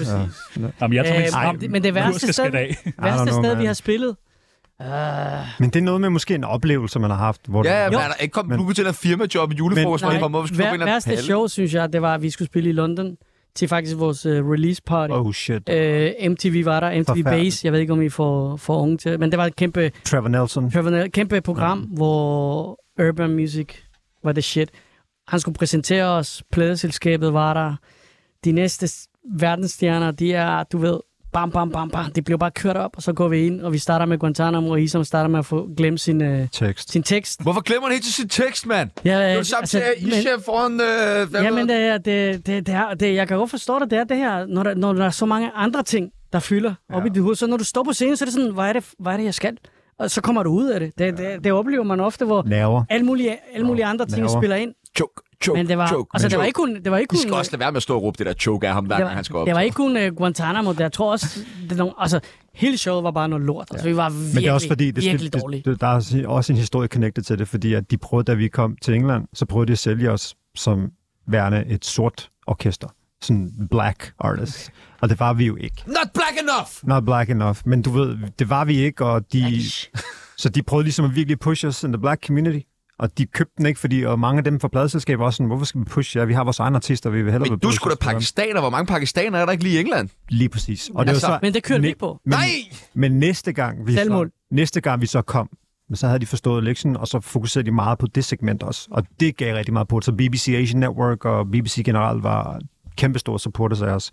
S2: Jamen, jeg tager min
S5: Øh,
S2: stram.
S5: men det værste
S2: kurs skal
S5: sted-
S2: skære af.
S5: Værste
S4: know,
S5: sted, vi
S4: man.
S5: har spillet. Øh, Uh,
S4: Men det er noget med måske en oplevelse, man har haft. Hvor
S1: Ja, ja,
S4: det,
S1: men er der ikke kommet
S4: Men-
S1: nu til en firmajob i julefrokost, hvor
S5: nej,
S1: I kommer op og skal på en
S5: vær,
S1: eller anden
S5: værste
S1: palle?
S5: show, synes jeg, det var, at vi skulle spille i London til faktisk vores uh, release party.
S4: Oh shit.
S5: Uh, MTV var der, MTV
S4: Forfærdeligt.
S5: Base, jeg ved ikke, om I får, får unge til, men det var et kæmpe
S4: Trevor Nelson.
S5: Trevor, kæmpe program, ja. hvor Urban Music var det shit. Han skulle præsentere os, pladeselskabet var der, de næste s- verdensstjerner, de er, du ved, bam, bam, bam, bam, det blev bare kørt op, og så går vi ind, og vi starter med Guantanamo, og Isam starter med at få glemt sin, øh,
S4: Tekst.
S5: sin tekst.
S1: Hvorfor glemmer han helt til sin tekst, mand?
S5: Ja,
S1: Det er jo
S5: øh,
S1: samme til, I
S5: men-
S1: chef foran... Øh, hvad
S5: Jamen,
S1: ved-
S5: det, er- det, det, det, er, det, jeg kan godt forstå det, det er det her, når der, når der er så mange andre ting, der fylder ja. op i dit hoved. Så når du står på scenen, så er det sådan, hvad er det, hvad er det jeg skal? Og så kommer du ud af det. Det, det, det oplever man ofte, hvor
S4: Nerver.
S5: alle mulige, alle mulige andre ting
S4: nerver.
S5: spiller ind.
S1: Choke, choke,
S5: Men det var,
S1: choke,
S5: altså, det var
S1: choke.
S5: ikke kun... Det var ikke
S1: I
S5: kun
S1: skal også lade være med at stå og råbe det der choke af ham, hver
S5: det
S1: gang
S5: var,
S1: han skal op.
S5: det var ikke kun uh, Guantanamo, det jeg tror også, det er nogle, altså, hele showet var bare noget lort. Altså, vi var virkelig,
S4: Men det er også fordi, det,
S5: virkelig
S4: det,
S5: dårlige.
S4: det, det, der er også- også en historie connected til det, fordi at de prøvede, da vi kom til England, så prøvede de at sælge os som værende et sort orkester. Sådan black artist. Og det var vi jo ikke.
S1: Not black enough!
S4: Not black enough. Men du ved, det var vi ikke, og de... *laughs* Så de prøvede ligesom at virkelig pushe os in the black community. Og de købte den ikke, fordi og mange af dem fra pladeselskaber var også sådan, hvorfor skal vi pushe jer? Vi har vores egne artister, vi vil hellere...
S1: Men
S4: være
S1: du
S4: på-
S1: skulle da pakistaner. Hvor mange pakistanere er der ikke lige i England?
S4: Lige præcis. Og
S1: Altså,
S5: Men det kørte vi
S4: men-
S5: ikke på.
S4: Men,
S1: Nej!
S4: Men næste gang, vi så,
S5: Selvmål.
S4: næste gang vi så kom, men så havde de forstået lektien, og så fokuserede de meget på det segment også. Og det gav rigtig meget på det. Så BBC Asian Network og BBC generelt var kæmpestore supporters af os.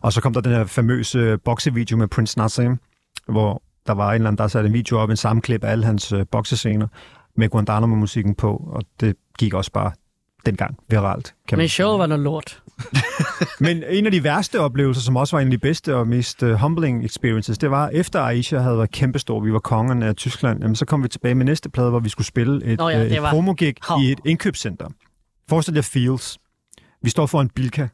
S4: Og så kom der den her famøse boksevideo med Prince Nassim, hvor der var en eller anden, der satte en video op, en sammenklip af alle hans øh, boksescener med Guantanamo-musikken på, og det gik også bare dengang viralt. Kan man
S5: Men showet var noget lort.
S4: men en af de værste oplevelser, som også var en af de bedste og mest uh, humbling experiences, det var, efter Aisha havde været kæmpestor, vi var kongerne af Tyskland, jamen, så kom vi tilbage med næste plade, hvor vi skulle spille et,
S5: Nå
S4: Nå,
S5: ja,
S4: ja,
S5: det
S4: et
S5: var-
S4: promogig
S5: Hov.
S4: i et indkøbscenter. Forestil jer Fields. Vi står foran Bilka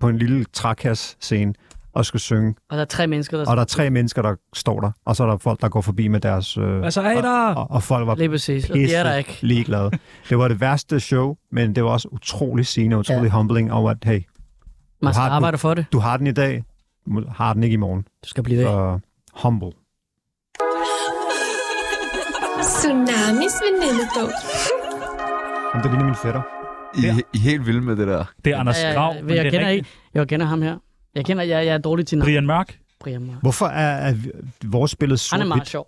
S4: på en lille trækasscene og skal synge,
S5: Og der er tre mennesker, der...
S4: og der er tre mennesker, der står der, og så er der folk, der går forbi med deres... Øh,
S2: Altså, hey der!
S4: og, og folk var
S5: Lige præcis. Og de er
S4: pisse
S5: der ikke.
S4: ligeglade. Det var det værste show, men det var også utrolig sigende, utrolig ja. humbling over, at hey,
S5: Man skal
S4: har den.
S5: arbejde for det.
S4: du har den i dag, du har den ikke i morgen.
S5: Du skal blive ved.
S4: Så humble.
S10: Tsunamis venindebog.
S4: Jamen, det ligner min fætter.
S1: I, I er helt vilde med det der.
S2: Det er Anders
S5: Ja, ja, ja.
S2: Grav. men
S5: jeg, jeg
S2: det er
S5: kender
S2: rigtigt.
S5: ikke. Jeg kender ham her. Jeg kender, jeg, jeg er dårlig til navn.
S2: Brian Mørk.
S5: Brian Mørk.
S4: Hvorfor er, er vi- vores spillet
S5: Han er meget
S4: sort
S5: sjov.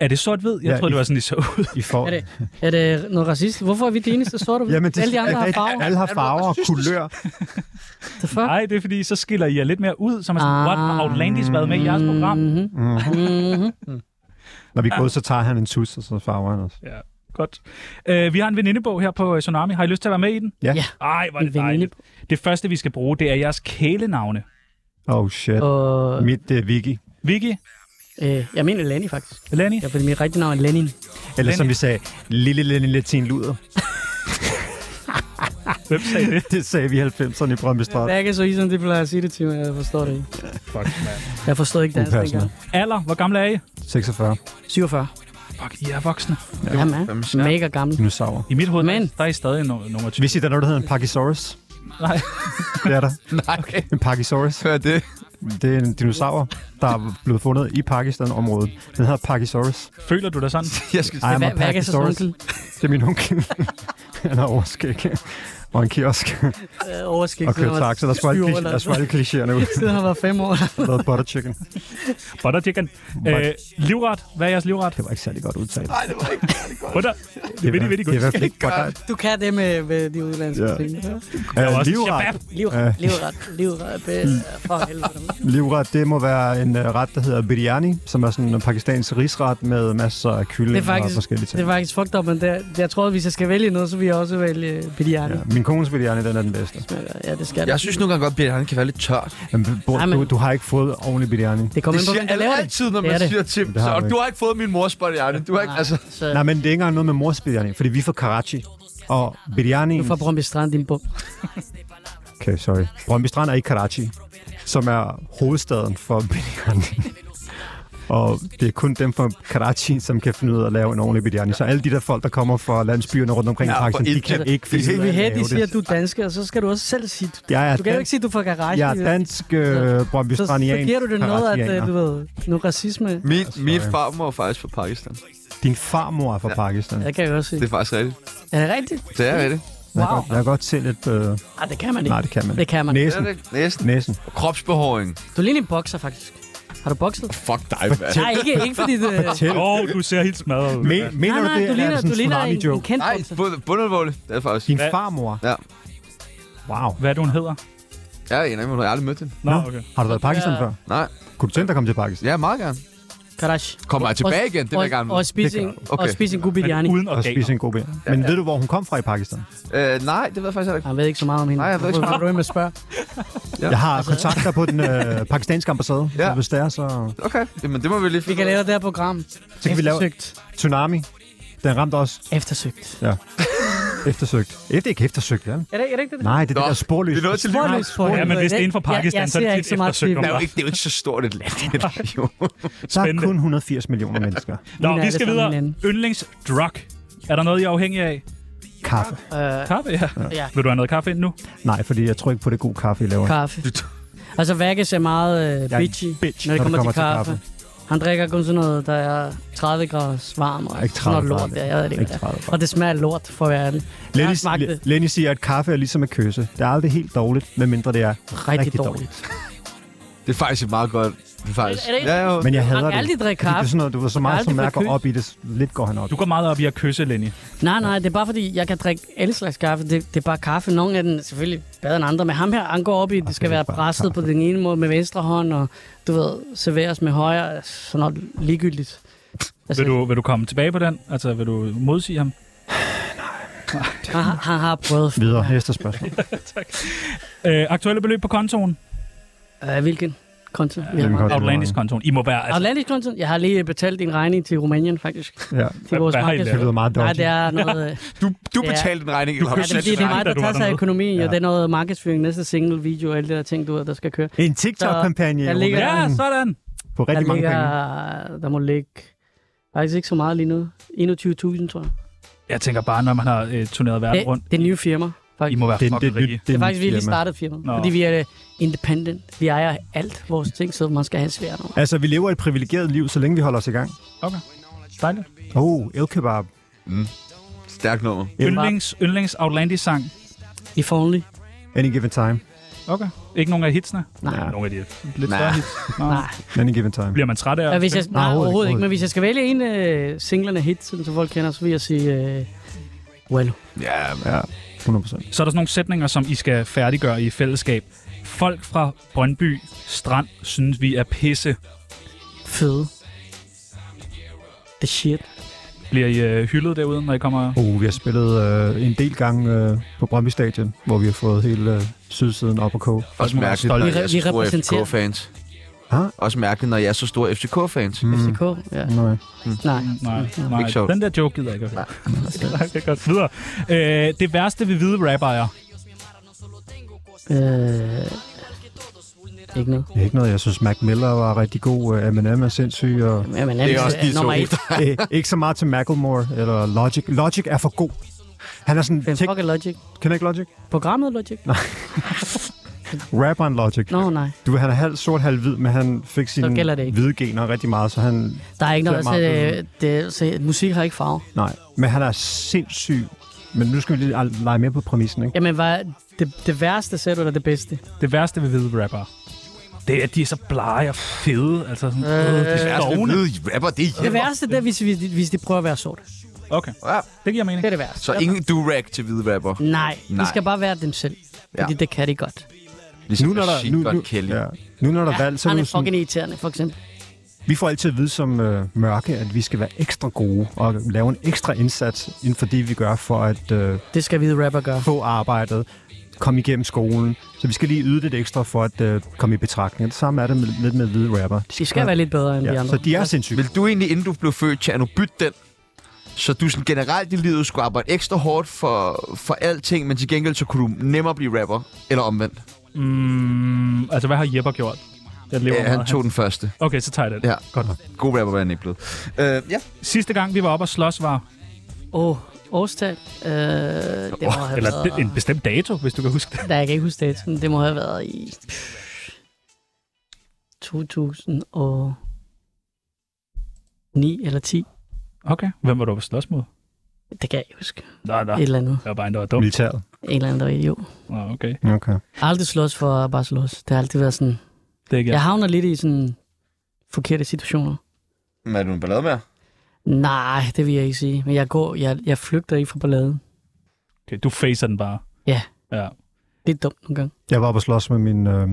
S2: Er det sort-hvid? Jeg
S4: Ja,
S2: ja, troede,
S4: I-
S2: det var sådan, I så ud.
S4: I får...
S5: Er det, er det noget racist? Hvorfor er vi det eneste sorte?
S4: Jamen,
S5: alle
S4: *laughs*
S5: de andre har farver.
S4: Alle har
S5: *laughs*
S4: farver og kulør.
S5: The fuck?
S2: Nej, det er fordi, så skiller I jer lidt mere ud, som er sådan,
S5: Ah.
S2: ah, what har Outlandish været med i jeres program?
S5: Mm-hmm. Mm-hmm.
S4: Når vi er gået, så tager han en tus, og så farver han os.
S2: Godt. Øh, vi har en venindebog her på øh, Tsunami. Har I lyst til at være med i den?
S4: Ja.
S5: Ja.
S2: Ej, hvor er det
S5: En
S2: dejligt. Det første, vi skal bruge, det er jeres kælenavne.
S4: Oh shit.
S5: Og
S4: Mit det er Vicky.
S2: Vicky,
S5: øh, jeg mener Lenny, faktisk.
S2: Lenny,
S5: Ja, fordi mit rigtige navn er Lenin.
S4: Eller som
S2: Lenny.
S4: vi sagde, lille, lille latin luder.
S2: hvem sagde det?
S4: *laughs* Det sagde vi i 90'erne i Brøndby Strand.
S5: Det er ikke så easy, som de plejer at sige det til mig. Jeg forstår det ikke.
S2: Fuck, man.
S5: Jeg forstod ikke dansk
S4: Upassende.
S5: dengang.
S2: Alder, hvor gamle er I?
S4: 46.
S5: 47.
S2: Fuck, I er voksne.
S5: Ja, man.
S1: Hvem siger?
S5: Mega gammel.
S4: Dinosaurer.
S2: I mit hoved,
S5: Men-
S2: der er I stadig no- nummer 20.
S4: Hvis I der er noget, der hedder en Pachysaurus.
S2: Nej.
S4: Det er der.
S1: *laughs* Nej, okay.
S4: En Pachysaurus.
S1: Hør det.
S4: Det er en dinosaur, der er blevet fundet i Pakistan-området. Den hedder Pachysaurus.
S2: Føler du dig
S4: *laughs*
S2: sådan?
S1: Jeg skal...
S4: Ej, I'm
S5: Hvad,
S4: a
S5: hvad er så
S4: Pachysaurus.
S5: onkel?
S4: Det er min onkel. *laughs* han har overskæg. Og en kiosk.
S5: Øh, overskæg.
S4: Og
S5: siden
S4: kører
S5: han var
S4: taxa. Der skulle alle,
S5: syv år
S4: kli-
S5: eller
S4: der skulle alle klichéerne ud.
S5: *laughs* Siden han var fem år.
S4: Der lavede butter chicken.
S2: Butter chicken. Øh, livret, hvad er jeres livret?
S4: Det var ikke særlig godt udtalt.
S2: Butter. Det er vildt, vildt
S4: Det er i
S2: godt.
S4: hvert fald
S2: *laughs*
S4: ikke godt.
S5: Du kan det med, med de udlandske
S4: Ja.
S5: ting. Ja.
S2: Jeg var også
S4: livret,
S2: shabab.
S5: Livret, livret, livret er bedst. øh, For helvede.
S4: livret, det må være en øh, ret, der hedder biryani, som er sådan en pakistansk risret med masser af kylling
S5: Det er
S4: og
S5: faktisk,
S4: forskellige ting.
S5: det er faktisk fucked up, men det, er- jeg tror, at hvis jeg skal vælge noget, så vil jeg også vælge biryani.
S4: Ja, min kones biryani, den er den bedste.
S5: Ja, ja det skal jeg.
S1: Jeg synes nogle gange godt, at han kan være lidt tørt.
S4: Men, bro,
S5: Nej, men-
S4: Du, du, har ikke fået ordentlig biryani.
S5: Det kommer
S1: Det
S5: ind på,
S1: siger
S5: hvem der
S1: alle
S5: laver det.
S1: altid, når
S5: Det
S1: man
S5: er det.
S1: siger til dem.
S4: Det har
S1: Så,
S4: vi
S1: du har ikke fået min mors botjerne. Du har ikke, altså...
S5: Så
S4: Nej, men det er ikke engang noget med mors biryani, fordi vi er fra Karachi. Og biryani...
S5: du får Brøndby Strand, din bum.
S4: Okay, sorry. Brøndby Strand er i Karachi, som er hovedstaden for *laughs* biryani. Og det er kun dem fra Karachi, som kan finde ud af at lave en ordentlig biryani. Så alle de der folk, der kommer fra landsbyerne rundt omkring
S1: Ja,
S4: ja,
S1: for
S4: Pakistan, de
S1: ikke-
S4: kan ikke finde
S1: Vi
S4: ud af
S5: Vi
S4: at
S5: hæt,
S4: lave
S5: de siger,
S4: det.
S5: at du er dansker, og så skal du også selv sige...
S4: Jeg er
S5: Du kan jo
S4: dan-
S5: ikke sige, at du får garage.
S4: Jeg er dansk øh, Brøndby
S5: så, så
S4: Strandian.
S5: giver du det noget, at øh,
S4: karachianer.
S5: du ved, nu racisme.
S1: Min, min farmor er faktisk fra Pakistan.
S4: Din farmor er fra Pakistan.
S5: Ja, det kan jeg også sige.
S1: Det er faktisk rigtigt.
S5: Er det rigtigt?
S1: Det er rigtigt.
S4: Jeg kan
S5: Wow.
S4: godt- Jeg kan godt se lidt... Øh...
S5: Nej, det kan man ikke.
S4: Nej, det kan man
S5: Det kan man. ikke.
S1: Det er
S4: Næsen.
S1: det. Næsten.
S4: Næsen.
S1: Kropsbehåring.
S5: Du ligner en bokser, faktisk. Har du bokset?
S1: Fuck dig, mand.
S5: Nej, ikke, ikke fordi det...
S4: Tæt.
S2: Åh, oh, du ser helt smadret ud.
S4: Me- mener
S5: Nej,
S4: du
S5: nej,
S4: det, eller
S5: du
S4: er
S5: ligner,
S4: det sådan
S5: du
S4: en
S5: ligner en, en
S4: tsunami-joke?
S5: kendt
S1: Nej,
S5: bokser.
S1: bund- bundelvorlig. Det er det faktisk.
S4: Din
S2: Hvad?
S4: farmor?
S1: Ja.
S4: Wow.
S2: Hvad er det, hun hedder?
S1: Ja, jeg aner ikke, jeg har aldrig mødt hende.
S2: Nå,
S4: Nå.
S2: okay.
S4: Har du været i Pakistan
S5: Ja.
S4: før?
S1: Nej.
S4: Kunne du tænke dig at komme til Pakistan?
S1: Ja, meget gerne.
S5: Karash.
S1: Kommer jeg tilbage igen? Det vil jeg gerne
S5: Og
S1: vide.
S5: spise
S4: Det
S5: en,
S4: kan
S5: og
S1: Okay.
S5: spise en god biryani.
S2: Men uden
S4: Og spise
S2: organer.
S4: en god ben. Men ved du, hvor hun kom fra i Pakistan?
S1: Øh, nej, det ved jeg faktisk heller ikke.
S5: Han Ah, ved ikke så meget om hende.
S1: Nej, jeg ved ikke så
S5: Hvorfor er du med at spørge? Altså-
S4: Jeg har kontakter på den øh, pakistanske ambassade.
S1: Ja.
S4: Ja. Hvis det er, så...
S1: Okay, jamen det må vi lige
S5: Vi
S1: finde
S5: kan
S1: ud af.
S5: lave det her program.
S4: Så kan vi lave
S5: Eftersøgt.
S4: tsunami. Den ramte også
S5: Eftersøgt.
S4: eftersøgt. Efter ikke eftersøgt, ja.
S5: Er det, er det ikke det?
S4: Nej, det
S1: Nå,
S4: er det der sporløs.
S1: Vi er nødt til lige...
S5: Sporløs på.
S2: Ja, men hvis det er inden for Pakistan,
S5: jeg, jeg
S2: så er det
S5: ser
S2: tit
S5: ikke så meget
S2: eftersøgt
S5: TV.
S2: om
S1: Det er, jo ikke, det er jo ikke så stort et land, det er
S5: *laughs*
S1: jo.
S4: Der er
S2: Spændende.
S4: kun 180 millioner mennesker.
S2: Nå,
S5: Mine er
S2: vi
S5: alle
S2: skal
S5: sammen
S2: videre.
S5: hinanden.
S2: Yndlingsdrug. Er der noget, I er afhængig af?
S4: Kaffe.
S5: Øh,
S2: Kaffe, ja.
S5: Ja.
S2: Vil du have noget kaffe ind nu?
S4: Nej, fordi jeg tror ikke på det gode kaffe, I laver.
S5: kaffe. Altså, Vagas er meget øh,
S4: Jeg er en
S5: bitchy,
S4: bitch,
S5: når det kommer, til, kaffe. Han drikker kun sådan noget, der er 30 graders varm og
S4: Ikke
S5: sådan
S4: 30
S5: noget lort.
S4: grader.
S5: Der. Jeg ved det ikke,
S4: Ikke
S5: hvad det er.
S4: 30 grader.
S5: Og det smager af lort, for at være ærlig. Jeg har
S4: Lenny,
S5: smagt det
S4: Le- Lenny siger, at kaffe er ligesom at kysse. Det er aldrig helt dårligt, medmindre det er
S5: rigtig,
S4: rigtig
S5: dårligt.
S4: dårligt.
S1: Det er faktisk et meget godt... Det er faktisk...
S5: Er- er det ikke-
S1: Ja, jo.
S4: Men jeg
S5: Man
S4: hader
S5: kan
S4: det.
S5: aldrig drikke
S4: Fordi det er
S5: kaffe.
S4: sådan noget, du var så meget,
S5: aldrig
S4: som
S5: få
S4: jeg går
S5: kø.
S4: op i det. Lidt går han op.
S2: Du går meget op i at kysse, Lenny.
S5: Nej, nej, det er bare fordi, jeg kan drikke alle slags kaffe. Det, det er bare kaffe. Nogle af den er selvfølgelig bedre end andre, men ham her, han går op i, at det skal
S4: det er
S5: være
S4: bare
S5: presset på
S4: kaffe.
S5: den ene måde med venstre hånd, og du ved, serveres med højre, sådan noget ligegyldigt. Altså,
S2: Vil du, vil du komme tilbage på den? Altså, vil du modsige ham?
S5: han, har- han, har prøvet før.
S4: Videre. Næste spørgsmål.
S2: Øh, aktuelle beløb på kontoen?
S5: Øh, hvilken konto? Vi har
S4: Hvem
S5: meget.
S4: godt
S2: Outlandish-kontoen. I må være... Altså,
S5: Atlantisk konto? Jeg har lige betalt en regning til Rumænien, faktisk.
S4: *laughs* Ja,
S5: Til vores
S2: hvad har I
S5: markeds-
S4: det lyder meget
S5: Nej,
S4: dårligt.
S5: det er noget... øh,
S1: Du, du
S5: Ja.
S1: betalte en regning, eller
S5: Ja,
S1: har
S5: det,
S1: du
S5: er
S1: selv
S5: fordi, det er
S2: regning,
S5: mig,
S2: da
S5: der
S2: du
S5: tager
S2: var
S5: sig af
S2: dernede.
S5: økonomien,
S4: Ja.
S5: og det er noget markedsføring, næste single video og alle de der ting, du ved, der skal køre.
S4: En TikTok-kampagne
S5: Der
S4: i
S5: ligger-
S2: ja,
S4: Rumænien
S2: sådan!
S4: på rigtig
S5: der
S4: mange
S5: ligger,
S4: penge.
S5: Der må ligge faktisk ikke så meget lige nu. 21.000, tror jeg.
S2: Jeg tænker bare, når man har øh, turneret verden rundt,
S5: Det, det er nye firma,
S2: I
S5: faktisk.
S2: må være
S4: Det, det,
S2: fucking
S4: det,
S2: rige.
S4: det
S5: Det
S4: er
S5: er faktisk, vi har
S4: mit
S5: lige
S4: firma.
S5: startet firmaet,
S2: Nå.
S5: fordi vi er uh, independent. Vi ejer alt vores ting, så man skal have svært over.
S4: Altså, vi lever et privilegeret liv, så længe vi holder os i gang.
S2: Okay. Dejligt.
S4: Oh, el kebab.
S1: Stærkt nummer.
S4: Ja.
S2: Yndlings, yndlings Outlandish-sang.
S5: If only.
S4: Any given time.
S2: Okay. Ikke nogen af hitsene?
S5: Nej.
S2: Nogle af de lidt
S1: Nej.
S2: større hits? Nej. Nej.
S4: Any given time.
S2: Bliver man træt af
S5: Og
S2: at
S5: hvis jeg,
S2: spille?
S5: nej, overhovedet ikke, men hvis jeg skal vælge en af singlerne hit, sådan, så folk kender, så vil jeg sige øh, Wallo.
S1: Ja,
S4: Ja, 100%.
S2: Så er der sådan nogle sætninger, som I skal færdiggøre i fællesskab. Folk fra Brøndby Strand synes, vi er pisse.
S5: Fede. The shit.
S2: Bliver I øh, hyldet derude, når I kommer?
S4: Uh, vi har spillet øh, en del gange øh, på Brøndby Stadion, hvor vi har fået hele øh, sydsiden op og kog.
S1: Også
S2: må være
S1: mærkeligt,
S2: stolte.
S1: når
S5: Vi
S1: jeg er
S5: re-
S1: så
S5: vi
S1: store
S5: repræsenterer.
S1: FCK-fans.
S4: Hå?
S1: Også mærkeligt, når jeg er så store FCK-fans.
S5: Mm. FCK. Ja.
S4: Nej.
S5: Nej.
S2: Nej, nej.
S1: Ikke sjovt.
S2: Den der joke gider jeg ikke. at høre. *laughs* Nej, det er godt. Videre. Øh, det værste ved hvide rappere.
S5: Øh, ikke noget.
S4: Det er ikke noget, jeg synes, Mac Miller var rigtig god, øh, Eminem er sindssyg, og
S5: Jamen, det
S1: også de to.
S5: nummer et.
S4: *laughs* øh, ikke så meget til Macklemore eller Logic. Logic er for god. Han er sådan...
S5: Hvem
S4: Tek-
S5: fuck er Logic?
S4: kender ikke Logic?
S5: Programmet Logic?
S4: *laughs* Rapperen Logic.
S5: Nå, nej.
S4: Du, han er halv sort, halv hvid, men han fik
S5: gælder det
S4: sine
S5: ikke.
S4: hvide gener rigtig meget, så han...
S5: Der er ikke noget,
S4: Det er
S5: altså,
S4: meget
S5: øh, det, så, musik har ikke farve.
S4: Nej, men han er sindssyg. Men nu skal vi lige al- lege mere på præmissen, ikke?
S5: Jamen, hvad, det, det værste sagde du, eller det bedste?
S2: Det værste ved hvide rappere. Det er, at de er så blege og fede. Altså sådan, øh, de er skovne.
S1: Hvide rapper, det er
S5: Det
S1: hjemme.
S5: værste, det er, hvis, hvis, hvis de prøver at være sorte.
S2: Okay,
S1: Ja,
S2: det giver mening.
S5: Det er det værste.
S1: så ingen durag til hvide rapper.
S5: Nej,
S1: Nej.
S5: de skal bare være dem selv. Fordi
S1: Ja.
S5: det kan de godt.
S1: Ligesom nu, når der, nu, godt Kelly.
S4: ja. nu når der er valg, så er
S5: han
S4: det jo
S5: er
S4: sådan,
S5: fucking irriterende, for eksempel.
S4: vi får altid at vide som øh, mørke, at vi skal være ekstra gode og lave en ekstra indsats inden for det, vi gør for at øh,
S5: Det skal hvide rapper gøre.
S4: få arbejdet, komme igennem skolen. Så vi skal lige yde lidt ekstra for at øh, komme i betragtning. Det samme er det med, lidt med hvide rapper.
S5: De skal være lidt bedre end de
S4: ja,
S5: andre.
S4: Så de er sindssyge.
S1: Vil du egentlig, inden du blev født, Tjerno, bytte den? Så du sådan generelt i livet skulle arbejde ekstra hårdt for, for alting, men til gengæld så kunne du nemmere blive rapper, eller omvendt.
S2: Mm, altså, hvad har Jepper gjort? Jeg lever
S1: Ja,
S2: meget.
S1: han tog den første.
S2: Okay, så tager jeg det.
S1: Ja.
S2: Godt.
S1: God rapper var han ikke blevet. Øh, ja.
S2: Sidste gang, vi var oppe og slås, var...
S5: Åh, oh, årstal. Øh, det må have
S2: Eller
S5: været...
S2: det- en bestemt dato, hvis du kan huske det.
S5: Nej, jeg kan ikke huske datoen. Det må have været i... 2009 eller 10.
S2: Okay. Hvem var du oppe at slås mod?
S5: Det kan jeg ikke huske.
S2: Nej, nej.
S5: Et eller andet.
S2: Jeg var bare en, der var dum.
S4: Militæret.
S5: En eller anden, der var idiot.
S2: Nå, okay.
S4: Okay.
S5: Jeg har aldrig slås for at bare slås. Det har altid været sådan...
S2: Det er ikke
S5: Ja. Jeg havner lidt i sådan forkerte situationer.
S1: Men er du en ballade med?
S5: Nej, det vil jeg ikke sige. Men jeg går, jeg, jeg flygter ikke fra balladen.
S2: Okay, du facer den bare.
S5: Ja.
S2: Ja.
S5: Det er dumt nogle gange.
S4: Jeg var oppe og slås med min, øh,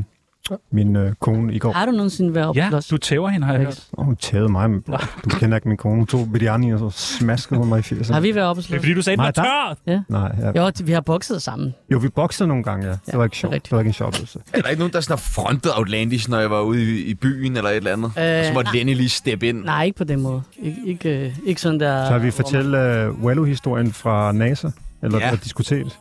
S4: min øh, kone i går.
S5: Har du nogensinde været op
S2: Ja,
S5: at slås?
S2: du tæver hende, har jeg hørt.
S4: Og hun tævede mig. Men, bro, du kender ikke min kone. Hun tog biryani, og så smaskede hun mig i 80'erne.
S5: Har vi været op
S2: Det
S5: at
S2: er
S5: slås?
S2: fordi, du sagde, den
S4: Nej,
S2: var tør!
S4: der- Nej, ja.
S5: Jo, vi har bokset sammen.
S4: Jo, vi boxede nogle gange, ja. Det var ikke sjovt.
S5: rigtigt.
S4: Det var ikke en sjov oplevelse.
S1: Er der ikke nogen, der sådan har frontet Outlandish, når jeg var ude i, i byen eller et eller andet?
S5: Øh,
S1: og så måtte
S5: nej.
S1: Lenny lige steppe ind.
S5: Nej, ikke på den måde. Ik- ikke, øh, ikke sådan der...
S4: Så har vi
S5: hvor
S4: fortalt uh, Wallo-historien fra NASA, eller
S1: Ja.
S4: ja. diskotet,
S5: Man,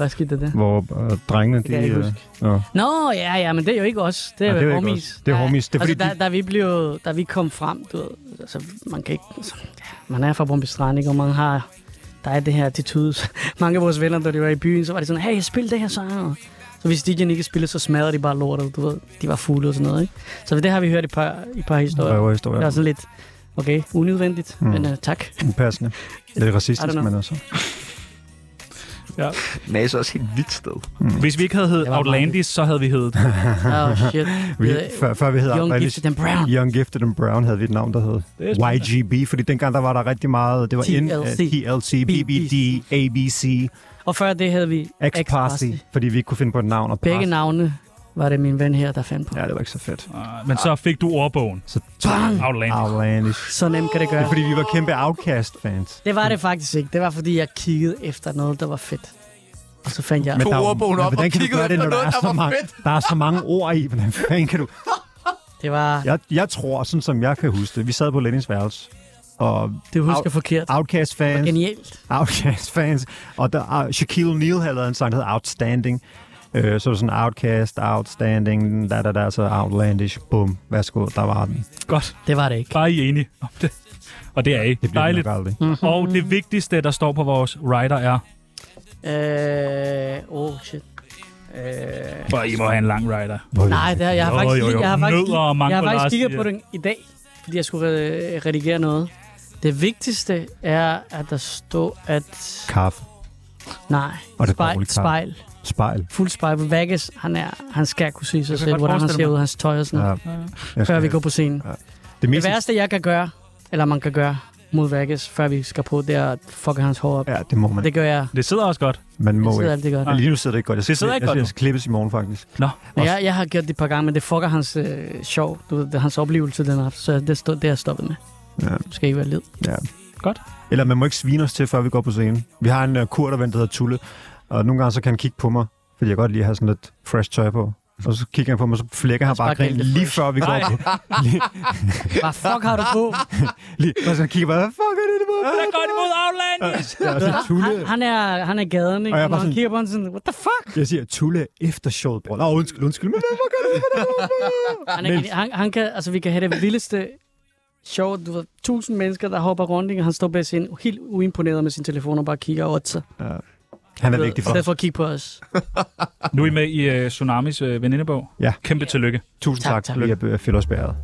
S5: hvad skete der der?
S4: hvor uh, drengene,
S5: kan jeg
S4: de...
S5: ikke
S4: øh,
S5: huske.
S4: nå.
S5: Nå, ja, ja, men det er jo ikke os. Det er,
S4: Nej, det er jo
S5: jo
S4: ikke
S5: homies.
S4: os. Det er homies. Det er
S5: altså,
S4: fordi,
S5: der,
S4: de-
S5: der, vi blev, der vi kom frem, du ved, altså, man kan ikke... Altså, ja, man er fra Brøndby Strand, ikke? Og man har... Der er det her attitude. *laughs* Mange af vores venner, da de var i byen, så var det sådan, hey, spil det her sang. Så hvis DJ'en ikke spillede, så smadrede de bare lortet, du ved. De var fulde og sådan noget, ikke? Så det har vi hørt i par, i par historier.
S4: Røver
S5: Det var
S4: historier.
S5: sådan lidt, okay, unødvendigt,
S4: Mm.
S5: mm. men uh,
S4: *laughs*
S5: tak.
S4: Upassende. Lidt racistisk,
S5: I don't know.
S4: men altså.
S1: NASA er også et vildt sted.
S2: Hvis vi ikke havde heddet
S5: Det var meget
S2: Outlandis, så havde vi heddet...
S5: Oh, shit.
S4: Vi,
S5: Vi,
S4: før, før vi hed
S5: Young
S4: Outlandish-
S5: Gifted and Brown.
S4: Young Gifted and Brown havde vi et navn, der hed
S2: Det er spændende.
S4: YGB, fordi dengang der var der rigtig meget... Det var N- øh,
S5: TLC,
S4: TLC, BBD, ABC,
S5: og før det havde vi
S4: X-Party, fordi vi ikke kunne finde på et navn. Og
S5: Begge
S4: Parsi.
S5: navne var det min ven her, der fandt på.
S4: Ja, det var ikke så fedt.
S2: Ah, Men så fik du ordbogen.
S4: Så
S5: Bang!
S2: Outlandis.
S4: Outlandish.
S5: Så nemt kan det
S4: Det
S5: gøre.
S4: er fordi, vi var kæmpe Outcast-fans.
S5: Det var det faktisk ikke. Det var, fordi jeg kiggede efter noget, der var fedt. Og så fandt jeg...
S4: Men
S1: Tog
S4: der er jo-
S1: ordbogen
S4: men
S1: op og
S4: hvordan kan du
S1: kiggede
S4: gøre det,
S1: efter
S4: når
S1: noget,
S4: er
S1: der
S4: så
S1: var
S4: mange,
S1: fedt?
S4: Der er så mange ord i. Hvordan fanden kan du...
S5: Det var...
S4: Jeg, jeg tror, sådan som jeg kan huske det, vi sad på Lennings værelse, og
S5: Det husker
S4: Au-
S5: forkert.
S4: Outcast-fans,
S5: Genialt.
S4: Outcast-fans, og der, uh, Shaquille O'Neal havde lavet en sang, der hedder Outstanding. Uh, så var det sådan Outcast, Outstanding, da da da, så Outlandish, bum, værsgo, der var den.
S2: Godt.
S5: Det var det ikke.
S2: Bare I er enige om det. Og det er I.
S4: Det bliver den
S2: Dejligt.
S4: nok aldrig.
S2: Og det vigtigste, der står på vores rider, er...
S5: Øh... Oh, shit. Øh...
S2: For I må have en lang rider.
S5: Nej, det har, jeg har
S2: Jo,
S5: faktisk,
S2: jo, jo.
S5: Jeg har faktisk,
S2: Nødder og
S5: jeg har
S2: mangolas,
S5: faktisk kigget
S2: ja.
S5: på den i dag, fordi jeg skulle øh, redigere noget. Det vigtigste er, at der står, at...
S4: Kaffe.
S5: Nej,
S4: Og det er
S5: spejl,
S4: dårligt, Karl.
S5: spejl.
S4: Spejl.
S5: Fuld spejl på Vagas. Han, er, han skal kunne se
S4: kan
S5: sig selv,
S4: godt
S5: hvordan han
S4: forestille
S5: ser
S4: mig.
S5: ud, hans tøj og sådan noget, ja. før vi går på scenen.
S4: Ja.
S5: Det,
S4: mest-
S5: det værste, jeg kan gøre, eller man kan gøre mod Vagas, før vi skal på, det er at fucke hans hår op.
S4: Ja, det må man.
S5: Det gør jeg.
S2: Det sidder også godt.
S4: Man må
S5: Det sidder
S4: ikke.
S5: altid godt.
S4: Ja, Lige nu sidder det ikke godt. Jeg skal,
S2: Det sidder ikke
S4: jeg,
S2: godt
S4: jeg
S2: nu.
S4: skal klippes i morgen, faktisk.
S2: Nå,
S5: Men jeg, jeg har gjort det et par gange, men det fucker hans øh, sjov, du ved, det, er hans oplevelse den aften, så det, stod, det har jeg stoppet med.
S4: Ja.
S5: Du skal ikke være led.
S4: Ja.
S2: Godt.
S4: Eller man må ikke svine os til, før vi går på scenen. Vi har en uh, kur, der venter, der hedder Tulle, og nogle gange så kan han kigge på mig, fordi jeg godt lige har sådan lidt fresh tøj på. Og så kigger han på mig, så flækker han bare
S5: bare
S4: grin
S5: kalde det
S4: lige før vi går på. Lige,
S5: Hvad fuck har du på?
S4: lige, og så kigger jeg bare, hvad fuck er det, det var?
S2: Der går det mod Outlandis!
S4: Jeg, er sådan,
S5: Han,
S4: Tulle.
S5: han, er, han er gaden, ikke?
S4: Og jeg er bare
S5: Og Når han
S4: sådan-
S5: kigger på ham sådan, what the fuck?
S4: jeg siger, Tulle efter showet, bror. Nå, undskyld, undskyld, men hvad fuck er det, det var?
S5: Han, er, geni- han, han kan, altså, vi kan have det vildeste sjov, du ved, tusind mennesker, der hopper rundt, ikke? og han står bag sin, helt uimponeret med sin telefon og bare kigger over til sig.
S4: Han er
S5: Du ved,
S4: vigtig
S5: I
S4: for
S5: stedet
S4: os.
S5: for at kigge på os.
S2: Nu er I med i uh, Tsunamis uh, venindebog.
S4: Ja.
S2: Kæmpe tillykke.
S4: Tusind
S5: Tak,
S4: tak, øh,
S5: tak.
S4: tak. fordi jeg føler os bæret.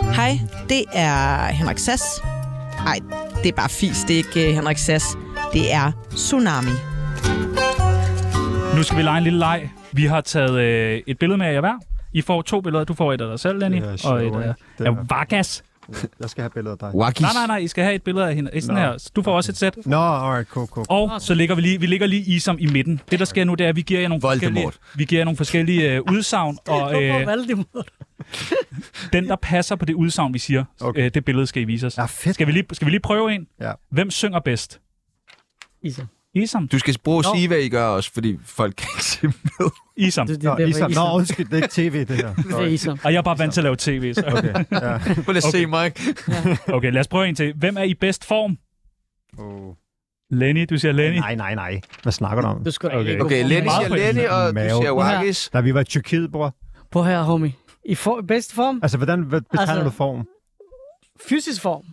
S11: Hej, det er Henrik Sass. Nej, det er bare fis, det er ikke øh, Henrik Sass. Det er Tsunami.
S2: Nu skal vi lege en lille leg. Vi har taget øh, et billede med jer hver. I får to billeder. Du får et af dig selv, Lenny,
S4: Det er
S2: og et øh,
S4: sjovt,
S2: af,
S4: ikke? Det
S2: af
S4: er-
S2: Vargas.
S4: Jeg skal have billeder af dig.
S1: Wakis.
S2: Nej, nej, nej. I skal have et billede af hende. I Sådan
S4: Nå.
S2: her. Du får også et sæt.
S4: Nå, alright, cool, cool.
S2: Og så ligger vi lige, vi ligger lige i som i midten. Det, der sker nu, det er, at vi giver jer nogle
S1: Voldemort.
S2: forskellige, vi giver jer nogle forskellige øh, udsagn, og
S5: Hvorfor
S2: øh,
S5: valgte de mod?
S2: den, der passer på det udsagn, vi siger,
S4: Okay.
S2: øh, det billede skal I vise os.
S4: Ja, fedt.
S2: Skal vi lige, skal vi lige prøve en?
S4: Ja.
S2: Hvem synger bedst?
S5: Isa.
S2: Isam.
S1: Du skal bruge at
S2: Nå.
S1: sige, hvad I gør også, fordi folk kan ikke se *laughs* med.
S2: Isam.
S5: Det, det,
S4: Nå,
S5: det,
S4: Isam.
S5: det,
S4: Nå,
S5: Isam.
S4: undskyld, det er ikke tv, det her.
S5: Det er Isam.
S2: Og jeg er bare vant til at lave tv, så...
S4: Okay, ja.
S1: Prøv lige at se mig.
S2: *laughs* Okay, lad os prøve en til. Hvem er i bedst form?
S4: *laughs* Oh.
S2: Lenny, du siger Lenny.
S4: Nej, nej, nej. Hvad snakker du om?
S5: Du skal
S2: Okay.
S5: okay.
S1: Okay, Lenny
S2: Meget
S1: siger
S2: på
S1: Lenny,
S4: hendes
S1: og du
S4: mave.
S1: siger
S5: Ja.
S1: Wakis.
S4: Da vi var i Tyrkiet, bror.
S5: På her, homie. I for, bedste form?
S4: Altså, hvordan hvad betegner
S5: Altså-
S4: altså... du form?
S5: Fysisk form.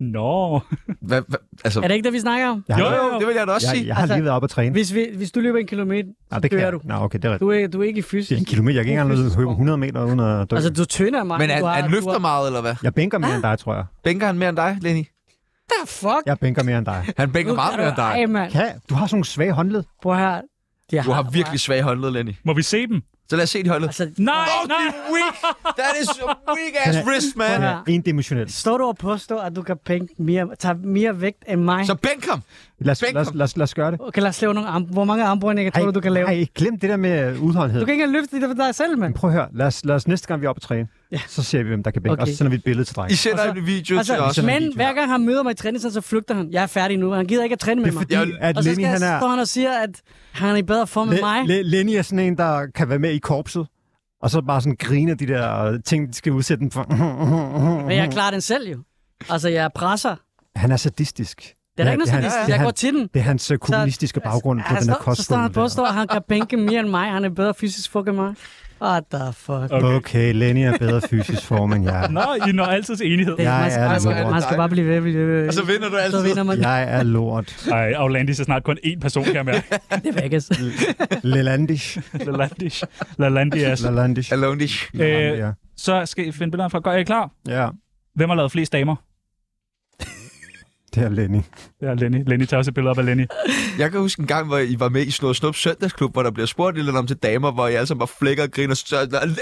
S2: Nå.
S1: Hvad, hvad, altså,
S5: Er det ikke det, vi snakker om?
S4: Jeg, har-
S2: Jo, jo,
S1: det vil jeg da også sige.
S4: jeg, jeg har
S5: Altså-
S4: lige været oppe at træne.
S5: Hvis, vi, hvis du løber en kilometer,
S4: Nej, det kan
S5: dør
S4: jeg.
S5: du.
S4: Nå, okay, det er
S5: du
S4: rigtigt.
S5: er, du er ikke i
S4: Det er
S5: fysisk.
S4: en kilometer. Jeg kan ikke engang løbe 100 meter uden at dø.
S5: Altså,
S4: Altså,
S5: du tynder mig.
S1: Men han,
S5: du har,
S1: han løfter
S5: du har,
S1: meget, eller hvad?
S4: Jeg bænker mere end dig, tror jeg.
S1: Bænker han mere end dig, Lenny?
S5: The fuck?
S4: Jeg bænker mere end dig.
S1: Han bænker meget mere end dig.
S5: Ej, mand.
S4: Kan Du har sådan nogle svage håndled.
S5: Prøv her. Jeg
S1: Du har virkelig svag håndled, Lenny.
S2: Må vi se dem?
S1: Så lad os se dit håndled.
S5: Altså,
S2: Nej, nej. *laughs*
S1: Weak! That is a weak ass wrist, man!
S4: Den
S5: Ja.
S4: er endimensionel.
S5: Står du og påstår, at du kan pænke mere, tage mere vægt end mig?
S1: Så bænk ham!
S4: Lad os,
S1: Bænk
S4: lad os,
S1: ham.
S4: lad os, lad os gøre det.
S5: Okay, lad os lave nogle arm... Hvor mange armbøjninger tror du, du kan lave?
S4: Ej, glem det der med øh, udholdenhed.
S5: Du kan ikke engang løfte det for dig selv, mand.
S4: Men Prøv at høre. Lad os, lad os næste gang, vi er oppe at træne,
S5: Ja.
S4: så ser vi, hvem der kan bænke.
S5: Okay.
S4: Okay. Og så sender vi et billede til
S1: I
S4: drengen.
S1: sender en video
S5: Altså,
S1: til os.
S5: men hver gang han møder mig i træningscenter, så flygter han. Jeg er færdig nu. Han gider ikke at træne med mig.
S4: Fordi at
S5: Og så
S4: Lenny,
S5: skal
S4: han
S5: jeg
S4: er...
S5: stå han og siger, at han er i bedre form end mig.
S4: Le- Le- Lenny er sådan en, der kan være med i korpset, og så bare sådan grine af de der øh, ting, de skal udsætte den for.
S5: Men jeg klarer den selv jo. Altså, jeg presser.
S4: Han er sadistisk.
S5: Det er da ikke noget,
S4: han-
S5: sådan,
S4: det er
S5: jeg går
S4: han-
S5: til den.
S4: Det er hans øh, kommunistiske
S5: Så-
S4: baggrund på
S5: Han
S4: den her
S5: står- Så står
S4: kostskole.
S5: han og påstår, at han kan bænke mere end mig. Han er bedre fysisk fuck end mig. What the fuck?
S4: der. Okay, Lenny er bedre fysisk form end
S5: *laughs*
S4: jeg. er.
S2: Nå, I når altid til enighed.
S5: Det,
S4: Jeg
S5: man, skal,
S4: er
S5: man, skal,
S4: lort.
S5: man skal bare blive ved. blive ved.
S1: Og så vinder du
S5: Så
S1: altid.
S5: vinder man.
S4: Jeg er lort.
S2: Ej, Outlandis er snart kun én person, kan jeg mærke.
S5: *laughs* Det er Vegas.
S4: Lelandish.
S2: Lalandish. Lalandias.
S4: Lelandish.
S1: Alondish.
S5: Øh,
S4: Lelandish, ja.
S2: Så skal I finde billederne fra. Går I klar?
S4: Ja,
S2: Hvem har lavet flest damer?
S4: det er Lenny.
S2: Det er Lenny. Lenny tager også et billede op af Lenny.
S1: Jeg kan huske en gang, hvor I var med i Snor Snup Søndagsklub, hvor der bliver spurgt lidt om til damer, hvor I alle sammen bare flækker og griner. Så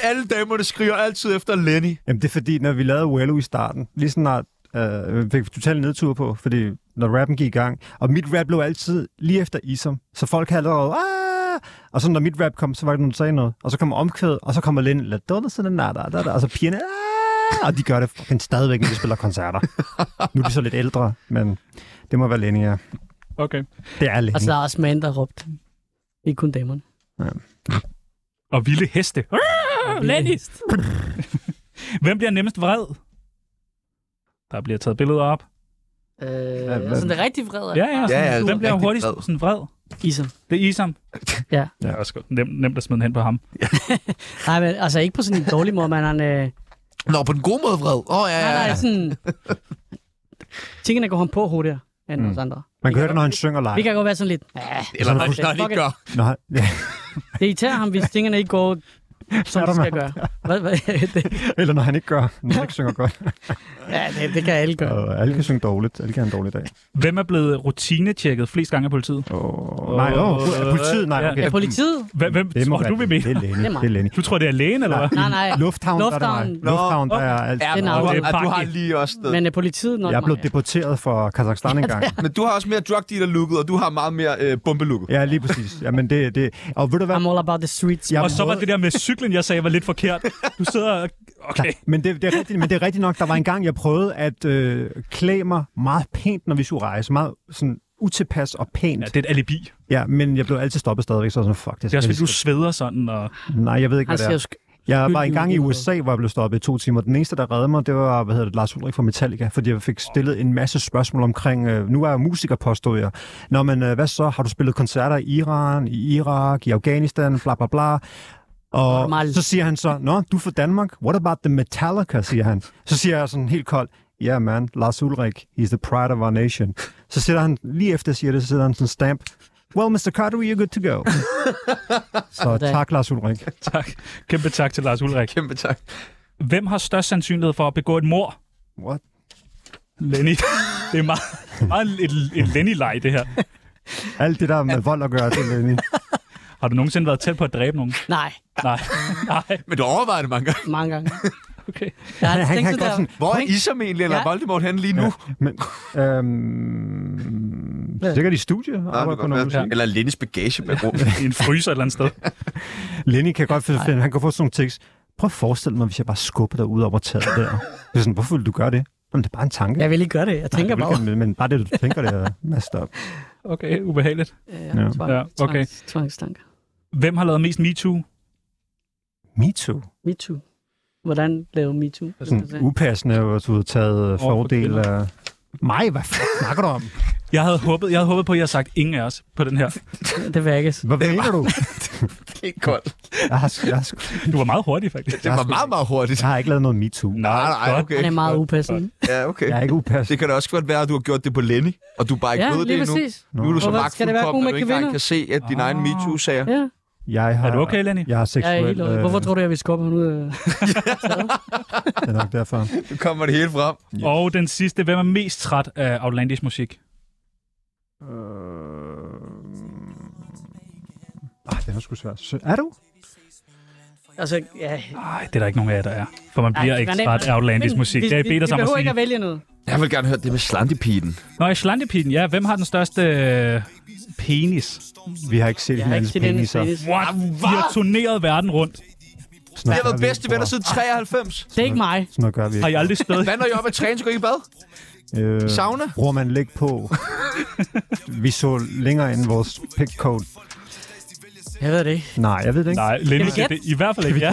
S1: alle damerne skriger altid efter Lenny.
S4: Jamen, det er fordi, når vi lavede Wello i starten, lige snart øh, fik vi totalt nedtur på, fordi når rappen gik i gang, og mit rap blev altid lige efter Isom, så folk havde allerede, Aah! og så når mit rap kom, så var det nogen, der sagde noget, og så kommer omkvædet, og så kommer Lind, la da da da da da da, og så pigerne, "Aah!" og de gør det fucking stadigvæk, når de spiller koncerter. nu er de så lidt ældre, men det må være Lenny, ja.
S2: Okay.
S4: Det er Lenny.
S5: Og så er der også mænd, der råbte. Ikke kun damerne.
S2: Og vilde heste. Ah, Lenny! *laughs* Hvem bliver nemmest vred? Der bliver taget billeder op.
S5: Øh,
S4: hvad-
S5: altså, det er rigtig vred.
S2: Ja, ja. Sådan,
S1: Ja, ja,
S2: Hvem bliver
S1: rigtig
S2: hurtigst
S1: vred.
S2: sådan vred?
S5: Isam.
S2: Det er Isam.
S5: Ja.
S2: Det er også godt. nemt, nemt at smide den hen på ham.
S5: Nej, men altså ikke på sådan en dårlig måde, men han... Øh,
S1: Nå, på den gode måde vred. Åh, oh, ja,
S5: han
S1: ja,
S5: er
S1: ja.
S5: sådan... Tingene går ham på hurtigere end mm. os andre.
S4: Man kan høre det, når han synger live.
S5: Vi kan godt være sådan lidt... Ja,
S1: Eller når, når de gør.
S4: Når han, *laughs* ja,
S5: Det irriterer ham, hvis tingene ikke går som de skal gøre. Hvad, *laughs* hvad, det,
S4: Eller når han ikke gør, når han ikke synger godt.
S5: ja, det, det kan alle gøre.
S4: Og alle kan synge dårligt. Alle kan have en dårlig dag.
S2: Hvem er blevet rutinetjekket flest gange af politiet?
S4: Oh, nej, åh, af politiet, nej, okay.
S5: Ja, politiet?
S2: Hvem, hvem
S4: Det må
S2: tror
S4: være-
S2: du, vi mener?
S4: det er Lenny, Det er mig. det er Lenny.
S2: Du tror, det er lægen, eller hvad?
S5: Nej, nej.
S4: Lufthavn, Lufthavn. der er det
S5: Lufthavn.
S4: mig. Lufthavn, der er alt.
S5: Det er navnet.
S2: det er
S1: du har
S2: pakke.
S1: lige også det.
S5: Men øh, politiet nok
S4: Jeg er blevet
S5: mig.
S4: deporteret fra Kazakhstan engang.
S1: Men du har også mere drug dealer looket, og du har meget mere øh, bombe looket.
S4: Ja, lige præcis. Jamen, det, det. Og ved du hvad?
S5: I'm all about the streets.
S4: Jeg
S2: Og så var
S4: prøvede-
S2: det der med cyklen, jeg sagde, var lidt forkert. Du sidder og... Okay.
S4: Men det, det er rigtigt, men det er rigtigt nok. Der var en gang, jeg prøvede at øh, klæde mig meget pænt, når vi skulle rejse. Meget sådan utilpas og pænt.
S2: Ja,
S4: Ja,
S2: det er et alibi.
S4: men jeg blev altid stoppet stadigvæk. Så var jeg sådan, fuck det.
S2: Det er også,
S4: skal
S2: fordi du
S4: jeg
S2: sveder sådan, og...
S4: lige- Nej, jeg ved ikke,
S5: Han
S4: hvad
S5: siger
S4: det
S5: jo
S4: er.
S5: sk-
S4: Jeg var
S5: skyldig
S4: engang i
S5: ud.
S4: USA, hvor jeg blev stoppet i to timer. Den eneste, der reddede mig, det var hvad hedder det, Lars Ulrik fra Metallica, fordi jeg fik stillet en masse spørgsmål omkring, øh, nu er jeg jo musiker, påstod jeg. Nå, men øh, hvad så? Har du spillet koncerter i Iran, i Irak, i Afghanistan, bla bla bla? Og
S5: Normal.
S4: så siger han så, Nå, du er fra Danmark. What about the Metallica, siger han. Så siger jeg sådan helt koldt, Yeah man, Lars Ulrik, he's the pride of our nation. Så sætter han, lige efter jeg siger det, så sætter han sådan en stamp. Well, Mr. Carter, you're good to go. så
S5: Sådan.
S4: tak, Lars Ulrik.
S2: Tak. Kæmpe tak til Lars Ulrik.
S1: Kæmpe tak.
S2: Hvem har størst sandsynlighed for at begå et mor?
S4: What?
S2: Lenny. Det er meget, meget et, et Lenny-leg, det her.
S4: Alt det der med vold at gøre, det er Lenny.
S2: Har du nogensinde været tæt på at dræbe nogen?
S5: Nej,
S2: Nej. Nej.
S1: Men du overvejer det mange gange.
S5: mange gange. *laughs*
S2: Okay.
S5: Jeg har
S4: Han- han
S5: tænkt
S4: kan
S5: sådan der,
S4: godt
S1: Hvor er Isam egentlig, eller
S5: Ja.
S1: ja. Voldemort henne lige nu?
S4: Men, øhm, sikkert i studie.
S1: Ja,
S4: arbejder på noget musik.
S1: Eller Lennys bagage med *laughs* rum.
S2: I en fryser et eller andet sted.
S4: Lenny kan godt finde, han kan få sådan nogle tekst. Prøv at forestille mig, hvis jeg bare skubber dig ud over taget der. Det er sådan, hvorfor vil du gøre det? Jamen, det er bare en tanke.
S5: Jeg vil ikke gøre det. Jeg tænker bare.
S4: Hvilket- Men, men bare det, du tænker, det er messed up.
S2: Okay, ubehageligt.
S5: Ja, Øh, tvang-
S2: Ja, okay.
S5: tvangs- Tvangstanker.
S2: Hvem har lavet mest MeToo?
S4: Me too.
S5: Me too. Hvordan lave me too? hvis man
S4: Sådan
S5: siger.
S4: upassende, at du har taget øh,
S2: for
S4: fordel
S2: kvinder.
S4: af... Mig? Hvad fanden snakker du om?
S2: Jeg havde håbet, jeg havde håbet på, at I havde sagt ingen af os på den her.
S5: Det vækkes.
S4: Hvad vælger *laughs* du?
S1: det er godt.
S4: Jeg har, jeg, har, sgu-
S2: Du var meget hurtig, faktisk.
S1: Det var meget, meget hurtigt. Ah,
S4: jeg har ikke lavet noget me too.
S1: Nej, nej,
S5: Han er
S1: okay.
S5: meget upassende.
S1: Ja, okay.
S4: Jeg er ikke upassende.
S1: Det kan da også godt være, at du har gjort det på Lenny, og du er bare ikke
S5: Ja,
S1: ved det
S5: lige
S1: endnu.
S5: præcis.
S1: Nu er du så
S5: Hvorfor skal det være
S1: magtfuldkommen,
S5: god
S1: at du
S5: med
S1: ikke engang
S5: kvinder?
S1: kan se, at din egen MeToo-sager...
S5: Ja,
S4: Jeg har,
S2: Er du okay, Lenny?
S4: Jeg har
S5: jeg er
S4: seksuel...
S5: helt øh... Hvorfor tror du, jeg vil skubbe ham ud? af-
S4: øh, Det er nok derfor.
S1: Nu *laughs* kommer det hele frem.
S2: Og den sidste. Hvem er mest træt af outlandish musik?
S5: Øh,
S4: Ah, det er sgu svært. Så- Er du?
S5: Altså, ja.
S2: Nej, det er der ikke nogen af jer, der er. For man
S5: Ej,
S2: bliver
S5: det
S2: ikke
S5: var nemt.
S2: træt af outlandish
S5: Men
S2: musik.
S5: Vi,
S2: Det er
S5: vi, vi
S2: bedt om at
S5: behøver
S2: sige.
S5: ikke at vælge noget.
S1: Jeg vil gerne høre det med slantepigen.
S2: Nå, i Slantepigen, ja. Hvem har den største øh, penis?
S4: Vi har ikke set
S5: Jeg har ikke
S4: hinandens
S5: set hendes
S4: peniser.
S5: penis.
S2: What? Vi har turneret verden rundt.
S4: Sådan
S1: Jeg har været
S4: noget gør vi
S1: bedste
S4: ikke,
S1: venner
S4: bror.
S1: siden 93.
S5: Det er ikke mig.
S4: Sådan noget gør vi
S2: Har I
S4: ikke.
S2: aldrig stået...
S1: Hvad når I op at træne, så går I i bad?
S4: Øh,
S1: Sauna?
S4: Bruger man læg på? vi så længere end vores pick code.
S5: Jeg ved det ikke.
S4: Nej, jeg ved det ikke.
S2: Nej, Lenny,
S5: vi
S2: det,
S5: gætte?
S2: det, i hvert fald ikke, ja.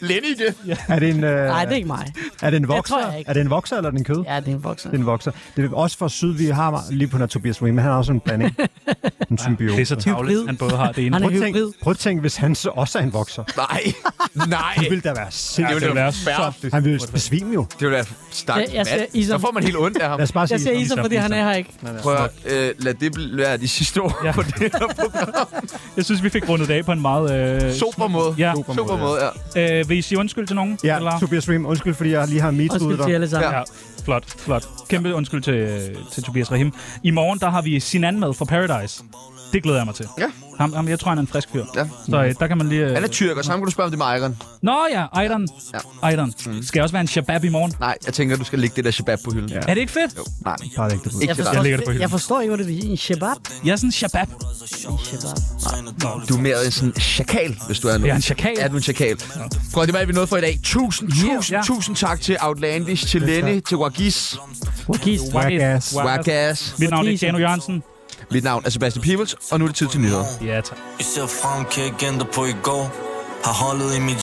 S1: Lenny igen.
S4: Er det en, øh,
S5: Nej, det er ikke mig.
S4: er det en vokser?
S5: tror jeg ikke.
S4: Er det en vokser eller er det en kød?
S5: Ja, det er en vokser.
S4: Det er en vokser. Det er også fra syd, vi har lige på nær Tobias Wayne, men han har også en
S5: *laughs*
S4: blanding. en symbiose.
S2: Det er så
S5: Hybrid.
S2: tavligt, han både har det ene.
S5: Han er
S4: Prøv at tænk,
S5: hybrid.
S4: prøv at tænk, hvis han så også er en vokser.
S1: Nej. Nej.
S4: Det ville da være
S1: Det
S4: sindssygt.
S1: ville
S2: det
S1: da
S2: er
S1: være
S2: så
S1: færdigt.
S4: Han ville besvime jo.
S1: Det ville være
S5: Jeg- jeg
S1: stakkels
S5: ser
S1: mand.
S5: Isam.
S1: Så får man helt ondt af ham.
S4: Lad os bare sige,
S5: Jeg siger
S4: sådan.
S5: Isam, fordi han er her ikke.
S1: Prøv at, øh, lad det bl- være de sidste ord
S2: Ja.
S1: på det her program.
S2: Jeg synes, vi fik rundet det af på en meget... Øh,
S1: Super måde.
S2: Ja.
S1: Super måde, ja.
S2: Øh, vil I sige undskyld til nogen?
S4: Ja, Tobias Reem, undskyld, fordi jeg lige har
S5: Undskyld
S4: meetudet
S5: til jer
S4: dig.
S5: alle sammen.
S2: ja. Flot, flot. Kæmpe undskyld til, øh, til Tobias Rahim. I morgen, der har vi Sinan med fra Paradise. Det glæder jeg mig til.
S1: Ja.
S2: Ham, ham, jeg tror, han er en frisk fyr.
S1: Ja.
S2: Så øh, der kan man lige... Øh...
S1: Han er tyrk, og sammen kan du spørge om det med Iron.
S2: Nå ja, Ejdan. Ja. Ejdan. Mm. Skal jeg også være en shabab i morgen?
S1: Nej, jeg tænker, du skal lægge det der shabab på hylden.
S2: Er det ikke fedt?
S1: Jo, nej.
S4: Bare læg det på.
S1: Ikke
S5: Jeg
S1: til
S5: forstår,
S1: dig.
S2: lægger det på hylden.
S5: jeg forstår ikke, hvad det er. En shabab?
S2: Jeg er sådan en shabab.
S5: En shabab.
S1: Du er mere en sådan chakal, hvis du er nu.
S2: Jeg er en chakal.
S1: Er du en chakal? Prøv, det var alt, vi nåede for i dag. Tusind,
S2: Yeah,
S1: tusind,
S2: ja.
S1: tusind tak til Outlandish, til Lenny, til Wagis,
S5: Wagis.
S4: Whack-ass.
S1: Wagas.
S2: Mit navn er Tjano Jørgensen.
S1: Mit navn er Sebastian Peebles, og nu er det tid til nyheder.
S2: Ja, tak.
S12: Jeg ser frem, kan jeg ikke ændre på i går Har holdet i mit